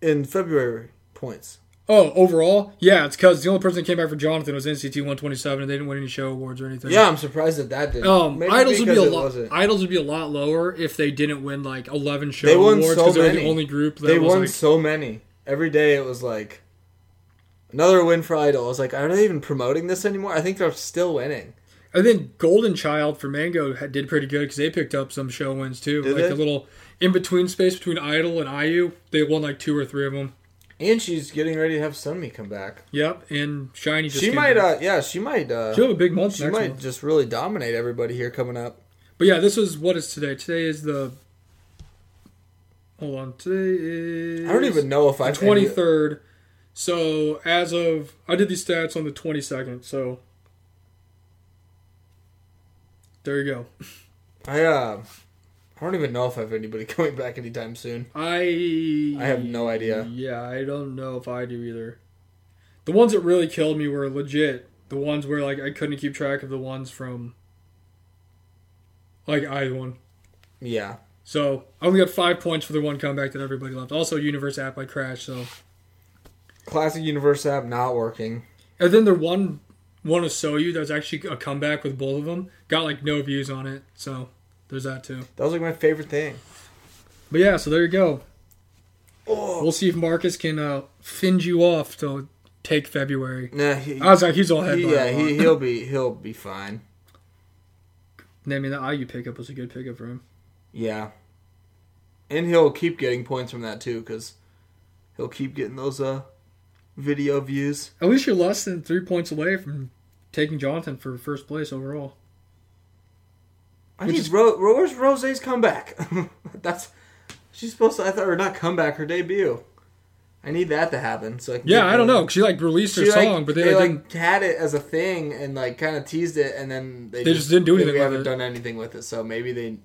in February points. Oh, overall? Yeah, it's because the only person that came back for Jonathan was NCT 127, and they didn't win any show awards or anything. Yeah, I'm surprised that that didn't. Um, Maybe idols would be because a it lot. wasn't. Idols would be a lot lower if they didn't win like eleven show They won awards so because they were the many. only group that They was won like. so many. Every day it was like another win for Idol. I was like, are they even promoting this anymore? I think they're still winning. And then Golden Child for Mango had, did pretty good because they picked up some show wins too. Did like they? the little in between space between Idol and IU, they won like two or three of them. And she's getting ready to have Sunmi come back. Yep, and Shiny. Just she came might. back. Uh, yeah, she might. Uh, She'll have a big month she next might month. just really dominate everybody here coming up. But yeah, this was what is today? Today is the. Hold on. Today is. I don't even know if I The twenty third. So as of I did these stats on the twenty second. So there you go. I uh, I don't even know if I have anybody coming back anytime soon. I I have no idea. Yeah, I don't know if I do either. The ones that really killed me were legit. The ones where like I couldn't keep track of the ones from like I one. Yeah, So I only got five points for the one comeback that everybody left. Also, Universe app I crashed. So classic universe app not working. and then the one one of Soyu that was actually a comeback with both of them got like no views on it. So there's that too. That was like my favorite thing. But yeah, so there you go. Oh, We'll see if Marcus can uh, fend you off to take February. nah, he, I was like, he's all head. he- by yeah, a he, lot. he'll be he'll be fine. I mean, the IU pickup was a good pickup for him. Yeah. And he'll keep getting points from that too, because he'll keep getting those uh video views. At least you're less than three points away from taking Jonathan for first place overall. I Which need is- Ro- Ro- where's Rose's comeback? That's she's supposed to. I thought or not comeback her debut. I need that to happen. So I can Yeah, get I don't going. know. She like released her She, like, song, but they, they like, like didn't. had it as a thing and like kind of teased it, and then they, They just didn't do they anything with haven't it. done anything with it. So maybe they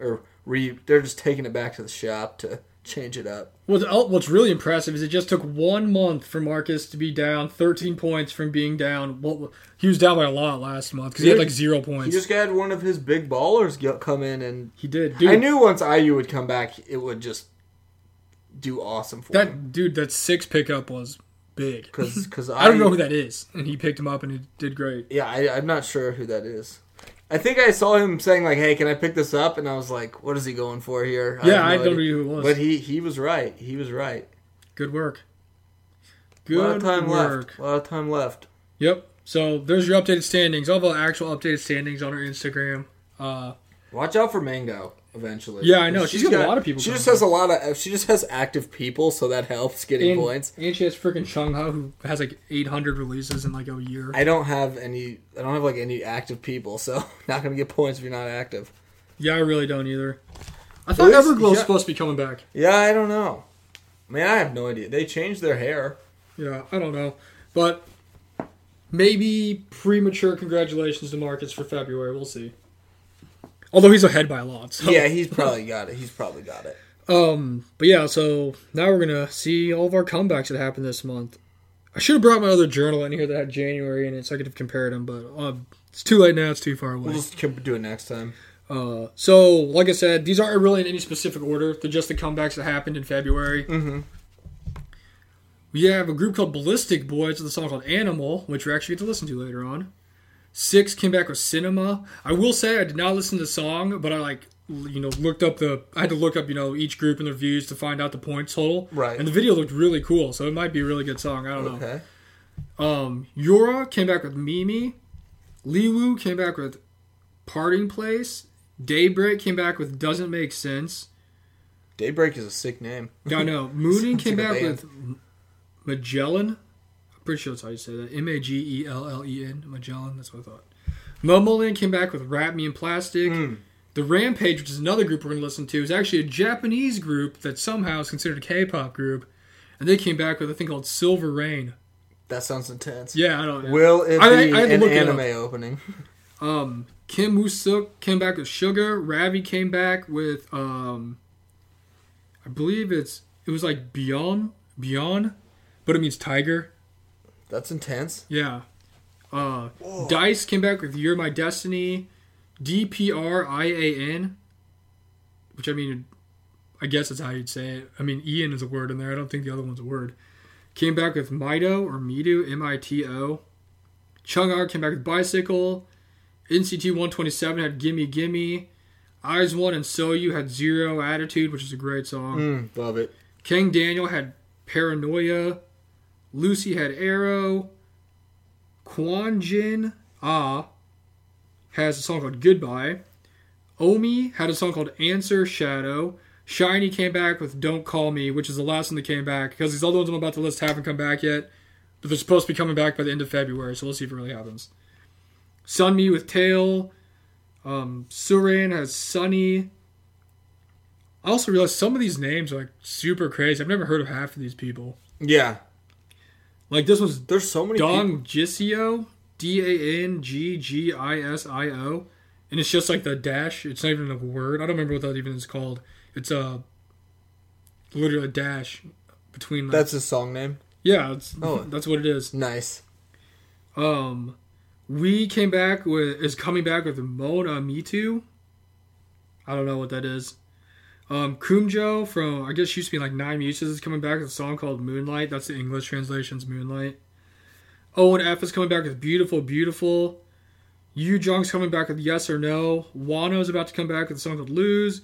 or re they're just taking it back to the shop to change it up. What's, oh, what's really impressive is it just took one month for Marcus to be down 13 points from being down. Well, he was down by a lot last month because he had Dude, like zero He points. He, just had one of his big ballers go- come in and did. Dude, I knew once IU would come back, it would just do awesome for him. That dude, that six pickup was big. Because because I don't know who that is, and he picked him up and he did great. Yeah, I, I'm not sure who that is. I think I saw him saying like, "Hey, can I pick this up?" And I was like, "What is he going for here?" yeah, have I no don't know idea. who it was. But he he was right. He was right. Good work. a lot of Good time work. left. A lot of time left. Yep. So there's your updated standings. All the actual updated standings on our Instagram. Uh, Watch out for Mango eventually. Yeah, I know. She's got a lot of people She just coming has a lot of. She just has active people, so that helps getting and, points. and she has freaking Shanghai who has like 800 releases in like a year. I don't have any. I don't have like any active people, so not gonna get points if you're not active. yeah, I really don't either. I thought least- Everglow's yeah. supposed to be coming back. Yeah, I don't know. Man, I have no idea. They changed their hair. Yeah, I don't know, but maybe premature congratulations to Marcus for February. We'll see. Although he's ahead by a lot. So. Yeah, he's probably got it. He's probably got it. Um, but yeah, so now we're gonna see all of our comebacks that happened this month. I should have brought my other journal in here that had January in it so I could have compared them, but um, it's too late now. It's too far We'll away. just keep- do it next time. Uh, so like I said, these aren't really in any specific order. They're just the comebacks that happened in February. Mhm. We have a group called Ballistic Boys with a song called Animal, which we actually get to listen to later on. Six came back with Cinema. I will say I did not listen to the song, but I like l- you know looked up the I had to look up you know each group and their views to find out the point total. Right. And the video looked really cool, so it might be a really good song. I don't know. Okay. Um, Yura came back with Mimi. Liwu came back with Parting Place. Daybreak came back with Doesn't Make Sense. Daybreak is a sick name. No, no. Mooning Sounds came like a back band. with Magellan. I'm pretty sure that's how you say that. M A G E L L E N. Magellan. That's what I thought. Momoland came back with Wrap Me in Plastic. Hmm. The Rampage, which is another group we're going to listen to, is actually a Japanese group that somehow is considered a K pop group. And they came back with a thing called Silver Rain. That sounds intense. Yeah, I don't know. Will it I- be I had to an look it up. anime opening? Um, Kim Woosuk came back with Sugar. Ravi came back with um, I believe it's it was like Beyond Beyond, but it means tiger. That's intense. Yeah. Uh, Whoa. Dice came back with You're My Destiny, D P R I A N, which I mean, I guess that's how you'd say it. I mean, Ian is a word in there. I don't think the other one's a word. Came back with Mito or Mito, M I T O. Chung R came back with Bicycle. NCT 127 had Gimme Gimme. Eyes One and So You had Zero Attitude, which is a great song. Mm, love it. King Daniel had Paranoia. Lucy had Arrow. Quan Jin Ah has a song called Goodbye. Omi had a song called Answer Shadow. Shiny came back with Don't Call Me, which is the last one that came back because these other ones I'm about to list haven't come back yet, but they're supposed to be coming back by the end of February, so we'll see if it really happens. Sunmi with Tail. Um, Surin has Sunny. I also realized some of these names are like super crazy. I've never heard of half of these people. Yeah. Like this one's There's so many people. Dong Gisio, D A N G G I S I O, and it's just like the dash. It's not even a word. I don't remember what that even is called. It's a literally a dash between. Like, That's his song name. yeah. It's, Oh. that's what it is. Nice. Um, we came back with is coming back with Mona Me Too. I don't know what that is. Um, Kumjo from I guess she used to be like Nine Muses is coming back with a song called Moonlight. That's the English translation's Moonlight. Owen F is coming back with Beautiful, Beautiful. Yu Jong's coming back with Yes or No. Wano's about to come back with a song called Lose.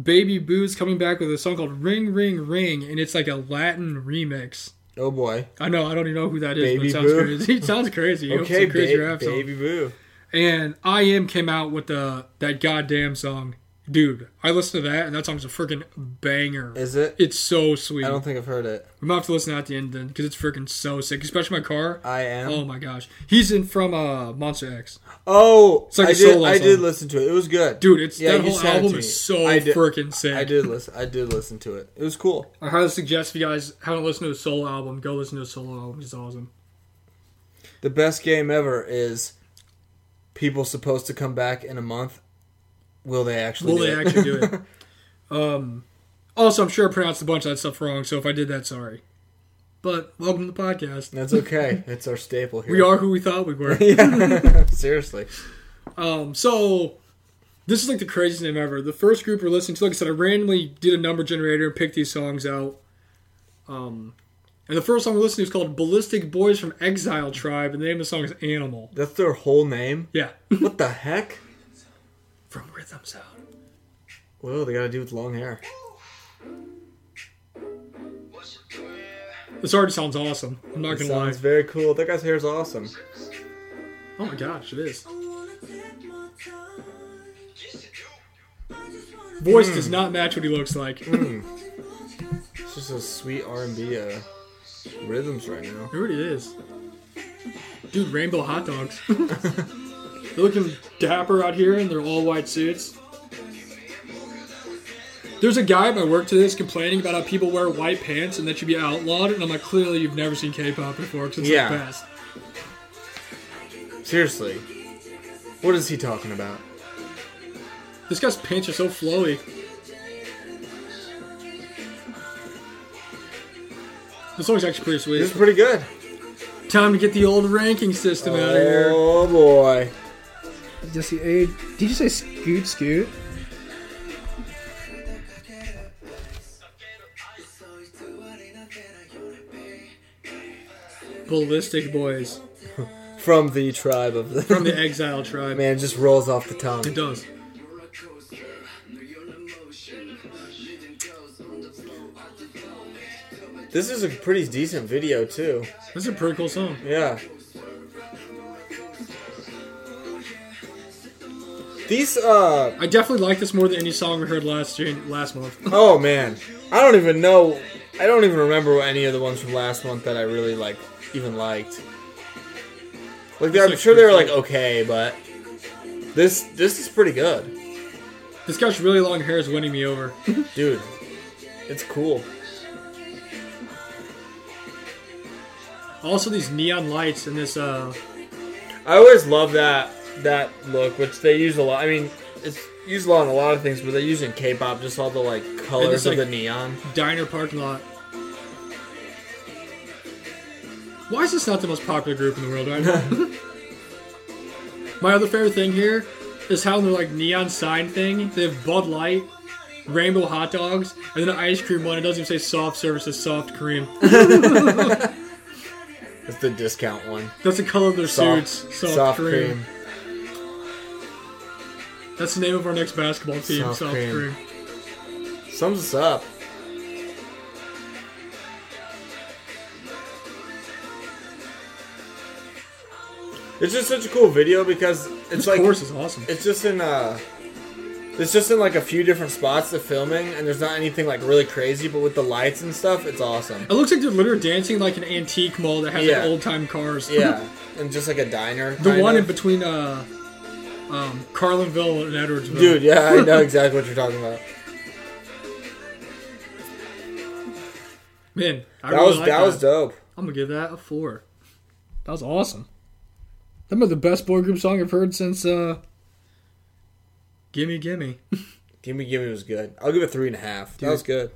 Baby Boo's coming back with a song called Ring Ring Ring, and it's like a Latin remix. Oh boy. I know, I don't even know who that is, but Baby it sounds Boo. crazy. It sounds crazy. Okay, it's a crazy ba- rap song. baby boo. And I Am came out with the that goddamn song. Dude, I listened to that and that song's a freaking banger. Is it? It's so sweet. I I'm don't think I've heard it. gonna have to listen to it at the end then because it's freaking so sick, especially my car. I am. Oh Oh, my gosh. He's in from uh Monster X. It's like Oh, I a did. solo I did song. listen to it. It was good, Dude, it's Yeah, that you whole sent it album to me. is so I did- freaking sick. I did listen. I did listen to it. It was cool. I highly suggest if you guys haven't listened to his solo album, go listen to his solo album. It's awesome. The best game ever is people supposed to come back in a month. Will they actually? Will do they it? actually do it? Um, also, I'm sure I pronounced a bunch of that stuff wrong, so if I did that, sorry. But welcome to the podcast. That's okay. It's our staple here. We are who we thought we were. Yeah. Seriously. Um, so this is like the craziest name ever. The first group we're listening to, like I said, I randomly did a number generator and picked these songs out. Um, and the first song we listened to is called Ballistic Boys from Exile Tribe, and the name of the song is Animal. That's their whole name. Yeah. What the heck? from Rhythm Sound. Well, they got to do with long hair. This already sounds awesome. I'm not It going to lie. sounds very cool. That guy's hair is awesome. Oh my gosh, it is. Voice does not match what he looks like. Here It's just a sweet R&B uh, rhythms right now. it is. Dude, rainbow hot dogs. they're looking dapper out here in their all white suits. There's a guy at my work today that's complaining about how people wear white pants and that should be outlawed, and I'm like, clearly you've never seen K-pop before because it's Yeah. the best. Seriously. What is he talking about? This guy's pants are so flowy. This song's actually pretty sweet. This is pretty good. Time to get the old ranking system out of here. Oh boy. Just the age. Did you say scoot scoot? Ballistic Boys From the tribe of the from the Exile Tribe. man just rolls off the tongue. It does. This is a pretty decent video too. This is a pretty cool song. Yeah. These uh I definitely like this more than any song we heard last Jan- last month. oh man. I don't even know I don't even remember any of the ones from last month that I really like even liked. Like I'm sure they were like okay, but this this is pretty good. this guy's really long hair is winning me over. Dude. It's cool. also, these neon lights and this uh, I always love that that look, which they use a lot. I mean, it's used a lot in a lot of things, but they use it in K-pop just all the like colors of like- the neon. diner parking lot. Why is this not the most popular group in the world right now? My other favorite thing here is how they're like neon sign thing. They have Bud Light, rainbow hot dogs, and then an ice cream one. It doesn't even say soft service, it's soft cream. It's the discount one. That's the color of their Soft, suits. soft, Soft, cream. cream. That's the name of our next basketball team. Soft Soft, cream. cream. Sums us up. It's just such a cool video because it's This like course is awesome. it's just in uh it's just in like a few different spots of filming and there's not anything like really crazy but with the lights and stuff it's awesome It looks like they're literally dancing like an antique mall that has Yeah. like, old time cars. yeah and just like a diner the kind one of. in between uh, um, Carlinville and Edwardsville. Dude, yeah, I know exactly what you're talking about. man, I That really was like that was dope. I'm gonna give that a four. That was awesome. That might be the best boy group song I've heard since uh, "Gimme Gimme." Gimme Gimme was good. I'll give it three and a half. That Dude. was good.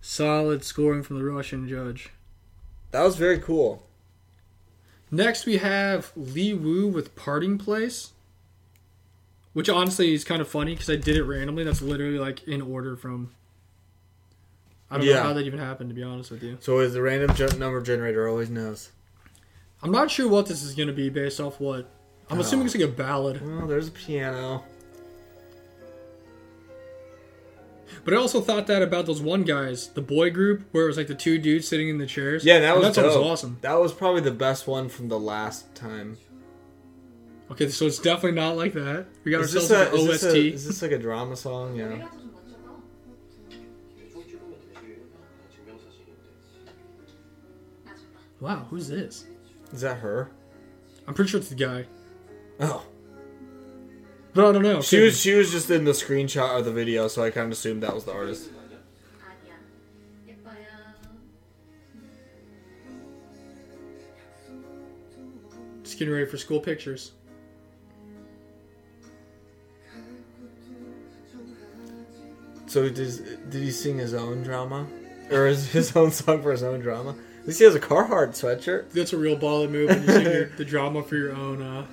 Solid scoring from the Russian judge. That was very cool. Next, we have Lee Wu with Parting Place, which honestly is kind of funny because I did it randomly. That's literally like in order from. I don't Yeah. know how that even happened, to be honest with you. So is the random ge- number generator always knows? I'm not sure what this is going to be based off what. I'm assuming it's like a ballad, Well, there's a piano. but I also thought that about those one guys, the boy group, where it was like the two dudes sitting in the chairs. Yeah, that And was that song was dope. awesome. That was probably the best one from the last time. Okay, so it's definitely not like that. We got Is ourselves this, a, an is, OST. this a, is this like a drama song? Yeah. Wow, who's this? Is that her? I'm pretty sure it's the guy, Oh, but I don't know. she was she was just in the screenshot of the video, so I kind of assumed that was the artist. 아니야. 예뻐요. just getting ready for school pictures. So does did he sing his own drama, or is his own song for his own drama? At least he has a Carhartt sweatshirt. That's a real baller move when you sing your, the drama for your own. Uh,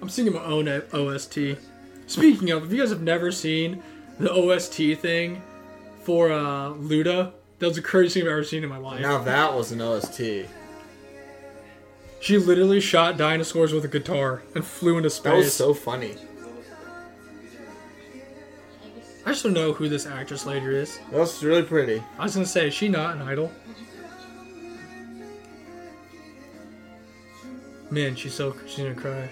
I'm singing my own uh, OST. Speaking of, if you guys have never seen the OST thing for uh, Luda, That was the craziest thing I've ever seen in my life. Now that was an OST. She literally shot dinosaurs with a guitar and flew into space. That was so funny. I just don't know who this actress later is. That was really pretty. I was gonna say, is she not an idol? Man, she's so she's gonna cry.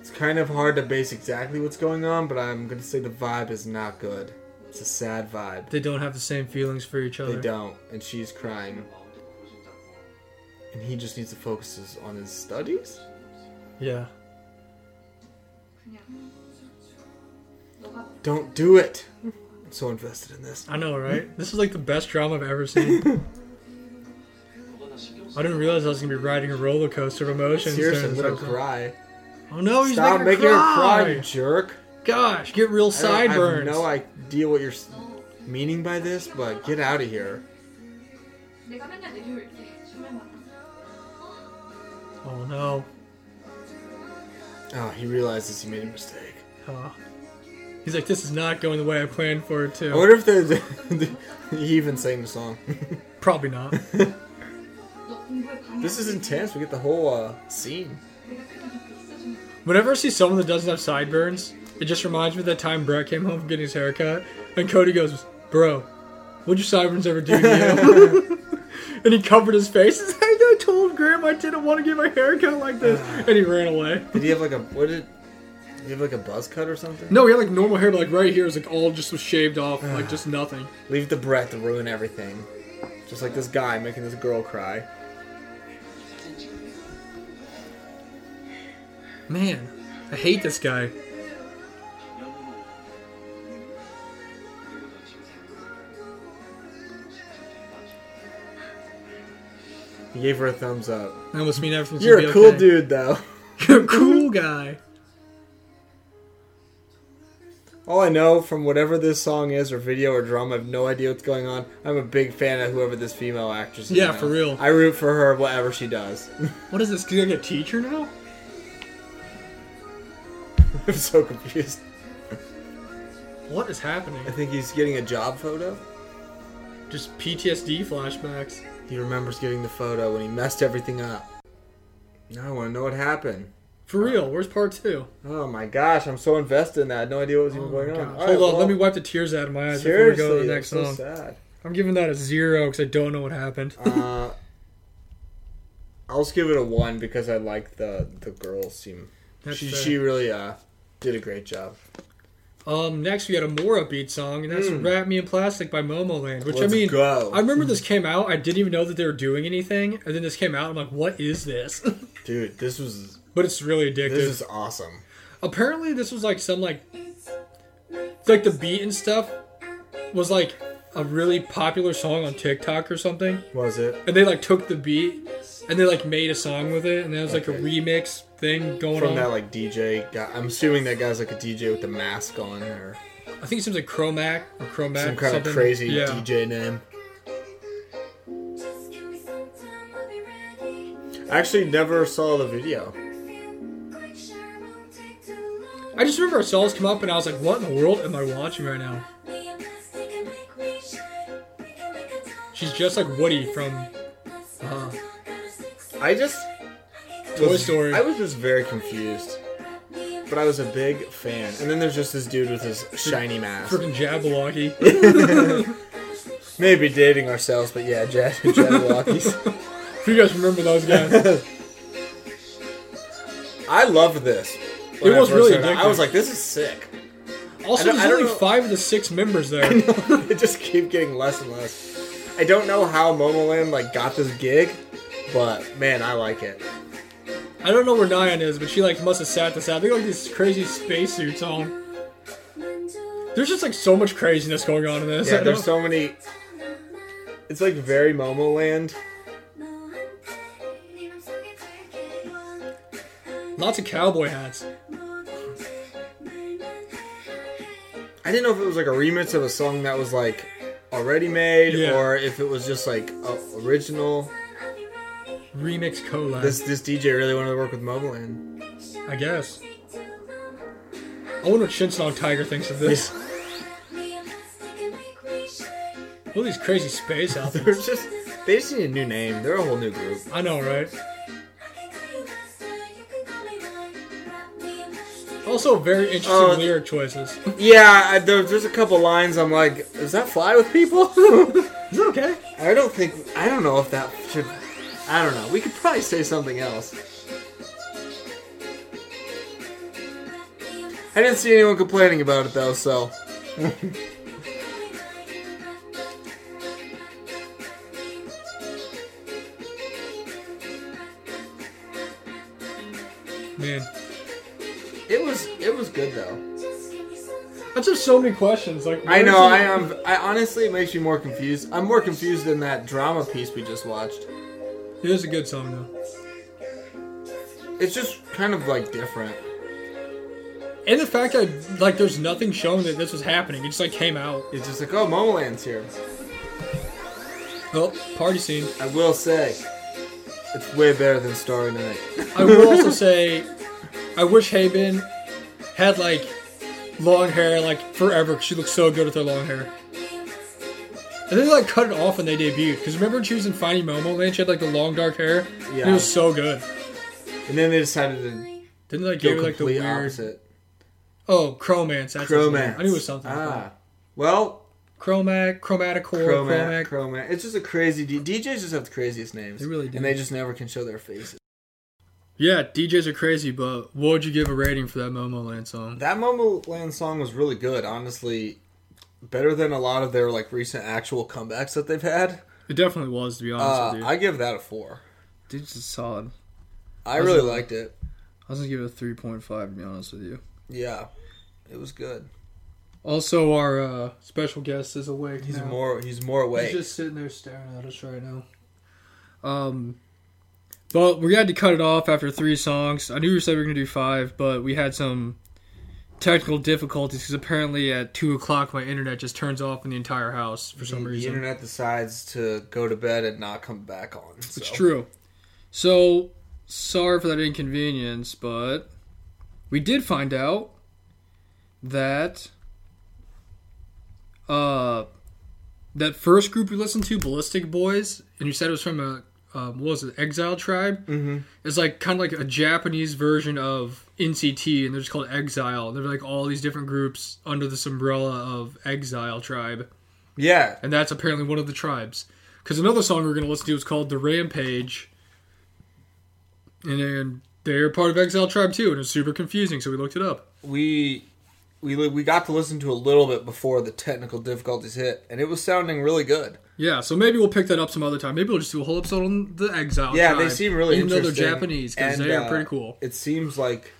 It's kind of hard to base exactly what's going on, but I'm gonna say the vibe is not good. It's a sad vibe. They don't have the same feelings for each other. They don't, and she's crying. And he just needs to focus his- on his studies? Yeah. Don't do it! I'm so invested in this. I know, right? This is like the best drama I've ever seen. I didn't realize I was gonna be riding a roller coaster of emotions. during Seriously, I'm this gonna episode. cry. Oh no, he's Stop making, making her, her cry. cry, you jerk! Gosh, get real I don't- sideburns. I have no idea what you're s- meaning by this, but get out of here. 내가 맨날 내려올게. 정말 많아. oh no. Oh, he realizes he made a mistake. Uh, he's like, this is not going the way I planned for it I to. wonder if they he even sang the song. Probably not. 너 공부에 방해. this is intense. We get the whole uh, scene. 내가 그냥 옆에 있어주면 Whenever I see someone that doesn't have sideburns, it just reminds me of that time Brett came home from getting his haircut, and Cody goes, "Bro, what'd your sideburns ever do to you?" and he covered his face. He's like, I told Grandma I didn't want to get my haircut like this, and he ran away. Did he have like a what did? Did he have like a buzz cut or something? No, he had like normal hair, but like right here is like all just was shaved off, like just nothing. Leave the Brett to ruin everything. Just like this guy making this girl cry. Man, I hate this guy. He gave her a thumbs up. I almost mean everything's You're gonna a be cool okay. dude though. You're a cool guy. All I know from whatever this song is, or video, or drum, I have no idea what's going on. I'm a big fan of whoever this female actress is. Yeah, now. for real. I root for her, whatever she does. What is this? He's like a teacher now? I'm so confused. What is happening? I think he's getting a job photo. Just PTSD flashbacks. He remembers getting the photo when he messed everything up. Now I want to know what happened. For real, where's part two? Oh my gosh, I'm so invested in that. I had no idea what was even Oh my going on. All gosh. Hold right, on, well, let me wipe the tears out of my eyes before we Seriously, go to the next that's song. so sad. I'm giving that a zero because I don't know what happened. Uh, I'll just give it a one because I like the the girls seem. That's she fair. she really uh did a great job. um, next we had a more upbeat song, and that's "Wrap Me in Plastic" by Momoland. Which Hmm. Let's I mean, go. I remember this came out. I didn't even know that they were doing anything, and then this came out. I'm like, what is this? Dude, this was but it's really addictive. this is awesome. Apparently, this was like some like like the beat and stuff was like a really popular song on TikTok or something. Was it and they like took the beat and they like made a song with it and there was like a Okay. remix thing going from on that like DJ guy? I'm assuming that guy's like a DJ with the mask on or i think it seems like chromac or chromac some kind something. of crazy yeah. DJ name. I actually never saw the video. i just remember i saw this come up and i was like what in the world am i watching right now she's just like woody from uh, I just Toy was- Story. I was just very confused, but I was a big fan. And then there's just this dude with his shiny mask. freaking jabberwocky Maybe dating ourselves, but yeah, Jad, Jadwalkies. if you guys remember those guys I loved this. when It I was first really heard it. I addictive. was like, this is sick. also I don't- there's I don't only know- five of the six members there it just keep getting less and less. I don't know how Momoland like got this gig, but man, I like it. i don't know where nyan is but she like must have sat this out they got like these crazy spacesuits on there's just like so much craziness going on in this I Yeah, don't- there's so many. It's like very Momoland. lots of cowboy hats I didn't know if it was like a remix of a song that was like already made, Yeah. or if it was just like a- original. remix collab This this DJ really wanted to work with Momoland. I guess. I wonder what Shinsong Tiger thinks of this. All these crazy space They're outfits. just they just need a new name. They're a whole new group. I know, right? Also, very interesting Oh. lyric choices. Yeah, I, there, there's a couple lines. I'm like, does that fly with people? Is it okay? I don't think. I don't know if that should. I don't know. We could probably say something else. I didn't see anyone complaining about it though, so Man, it was it was good though. that's just so many questions. Like I where know. is I um, it- am. I honestly it makes me more confused. I'm more confused than that drama piece we just watched. It is a good song though, It's just kind of like different. and the fact that like there's nothing showing that this was happening. It just like came out. It's just like, oh, Momoland's here. Oh, party scene. I will say, it's way better than Starry Night. I will also say, I wish Haben had like long hair like forever 'cause she looked so good with her long hair. And they like cut it off when they debuted because remember when she was in Finding Momo Land, she had like the long dark hair. Yeah. it was so good. And then they decided to Didn't they like, go give her like the complete weird? opposite. Oh, Chromance. That's his name. Chromance. I knew it was something. like Ah, that. well, Chromac, Chromaticore, Chromac, Chromac. Chromac. It's just a crazy. D- DJs just have the craziest names. They really do. And they just never can show their faces. Yeah, DJs are crazy, but what would you give a rating for that Momo Land song? That Momoland song was really good, honestly. Better than a lot of their like recent actual comebacks that they've had. It definitely was, to be honest Uh, with you. I give that a four. Dude's just solid. I That's really a- liked it. I was gonna give it a three point five, to be honest with you. Yeah, it was good. Also, our uh, special guest is awake. He's now. more. He's more He's awake. just sitting there staring at us right now. Um, but we had to cut it off after three songs. I knew we said we were gonna do five, but we had some technical difficulties because apparently at two o'clock my internet just turns off in the entire house for some the, reason. the internet decides to go to bed and not come back on. So. It's true. So sorry for that inconvenience, but we did find out that uh that first group we listened to, Ballistic Boys, and you said it was from a um, what was it, Exile Tribe? Mm-hmm. It's like kind of like a Japanese version of NCT, and they're just called Exile. They're like all these different groups under this umbrella of Exile Tribe Yeah, and that's apparently one of the tribes. Because another song we're going to listen to is called "The Rampage," and then they're part of Exile Tribe too, and it's super confusing, so we looked it up. we we li- we got to listen to a little bit before the technical difficulties hit, and it was sounding really good. Yeah, so maybe we'll pick that up some other time. Maybe we'll just do a whole episode on the Exile. yeah, Tribe, they seem really even though interesting. they're Japanese, because and, they are uh, pretty cool. It seems like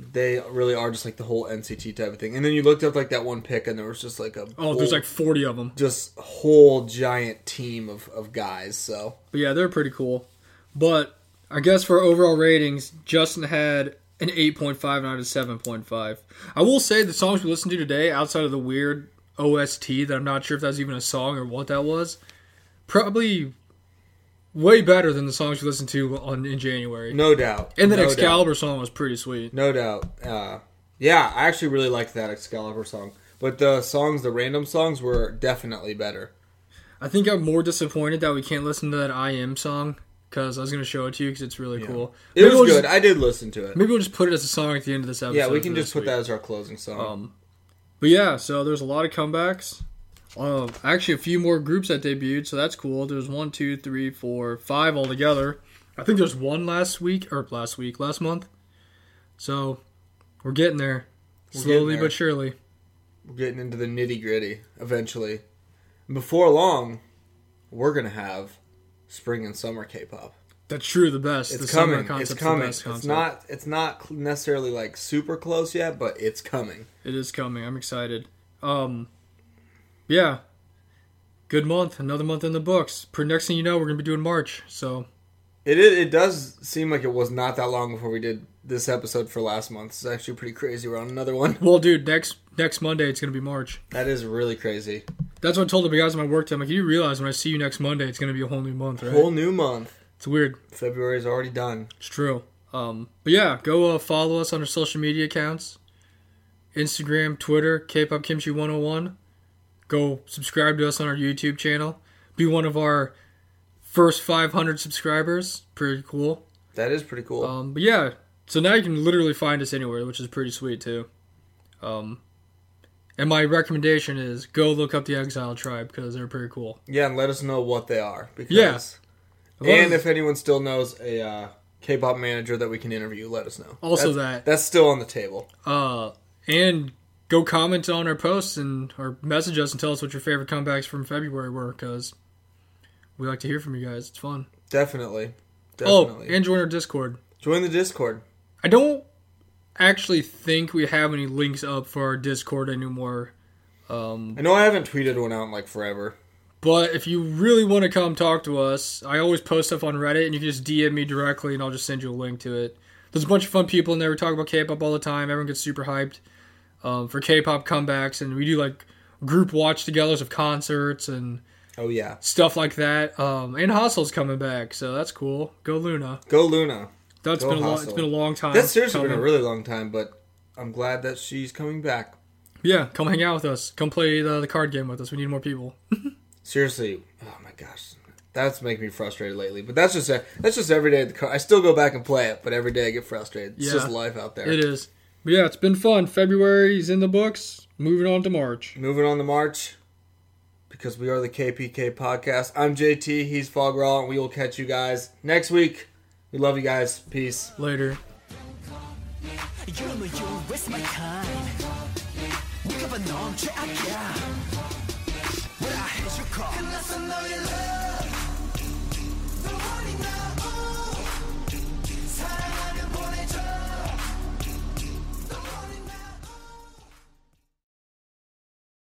they really are just like the whole NCT type of thing. And then you looked up like that one pick, and there was just like a Oh, there's whole- like 40 of them, just whole giant team of of guys. So but yeah, they're pretty cool. But I guess for overall ratings, Justin had an 8.5 and I had a 7.5. I will say the songs we listened to today, outside of the weird OST that I'm not sure if that's even a song or what that was, probably way better than the songs we listened to on in January. no doubt. and that no doubt. Excalibur song was pretty sweet. No doubt. Uh, yeah, I actually really liked that Excalibur song. But the songs, the random songs, were definitely better. I think I'm more disappointed that we can't listen to that I Am song because I was going to show it to you because it's really cool. It Maybe was we'll good. Just, I did listen to it. maybe we'll just put it as a song at the end of this episode. Yeah, we can for this just put week. that as our closing song. Um, but yeah, so there's a lot of comebacks. Uh, actually, a few more groups that debuted, so that's cool. There's one, two, three, four, five altogether. I think there's one last week or last week, last month. So we're getting there, We're slowly getting there. but surely. We're getting into the nitty gritty eventually. Before long, we're gonna have spring and summer K-pop. That's true. The best. It's the summer coming. It's concept's the coming. best It's concept. not. It's not cl- necessarily like super close yet, but it's coming. It is coming. I'm excited. Um, yeah. Good month. Another month in the books. For next thing you know, we're gonna be doing March. So It it, it does seem like it was not that long before we did this episode for last month. It's actually pretty crazy. We're on another one. well, dude. Next next Monday, it's gonna be March. That is really crazy. That's what I told the guys at my work. today. I'm like, you realize when I see you next Monday, it's gonna be a whole new month, right? Whole new month. It's weird. February's already done. It's true. Um, but yeah, go uh, follow us on our social media accounts. Instagram, Twitter, Kpop Kimchi 101. Go subscribe to us on our YouTube channel. Be one of our first 500 subscribers. Pretty cool. That is pretty cool. Um, but yeah, so now you can literally find us anywhere, which is pretty sweet too. Um, and my recommendation is go look up the Exile Tribe because they're pretty cool. yeah, and let us know what they are. Because Yeah. And if anyone still knows a uh, K-pop manager that we can interview, let us know. Also That's- that. that's still on the table. Uh, and go comment on our posts and or message us and tell us what your favorite comebacks from February were because we like to hear from you guys. It's fun. Definitely. Definitely. Oh, and join our Discord. Join the Discord. I don't actually think we have any links up for our Discord anymore. Um, I know I haven't tweeted one out in like forever. but if you really want to come talk to us, I always post stuff on Reddit and you can just DM me directly and I'll just send you a link to it. There's a bunch of fun people in there. We talk about K pop all the time. Everyone gets super hyped um, for K pop comebacks and we do like group watch togethers of concerts and Oh yeah. stuff like that. Um, and Hustle's coming back, so that's cool. Go Luna. Go Luna. That's Go been a long, it's Hustle. been a long time. That's seriously coming. been a really long time, but I'm glad that she's coming back. Yeah, come hang out with us. Come play the, the card game with us. We need more people. Seriously, oh my gosh, that's making me frustrated lately. But that's just that's just every day. At the car. I still go back and play it, but every day I get frustrated. It's Yeah. just life out there. It is. But yeah, it's been fun. February's in the books. Moving on to March. Moving on to March, because we are the KPK podcast. I'm JT. He's Fog Raw, and we will catch you guys next week. We love you guys. Peace. Later. You're my you waste my time Wake up and on check out yeah What I hate you call 끝났어 너의 love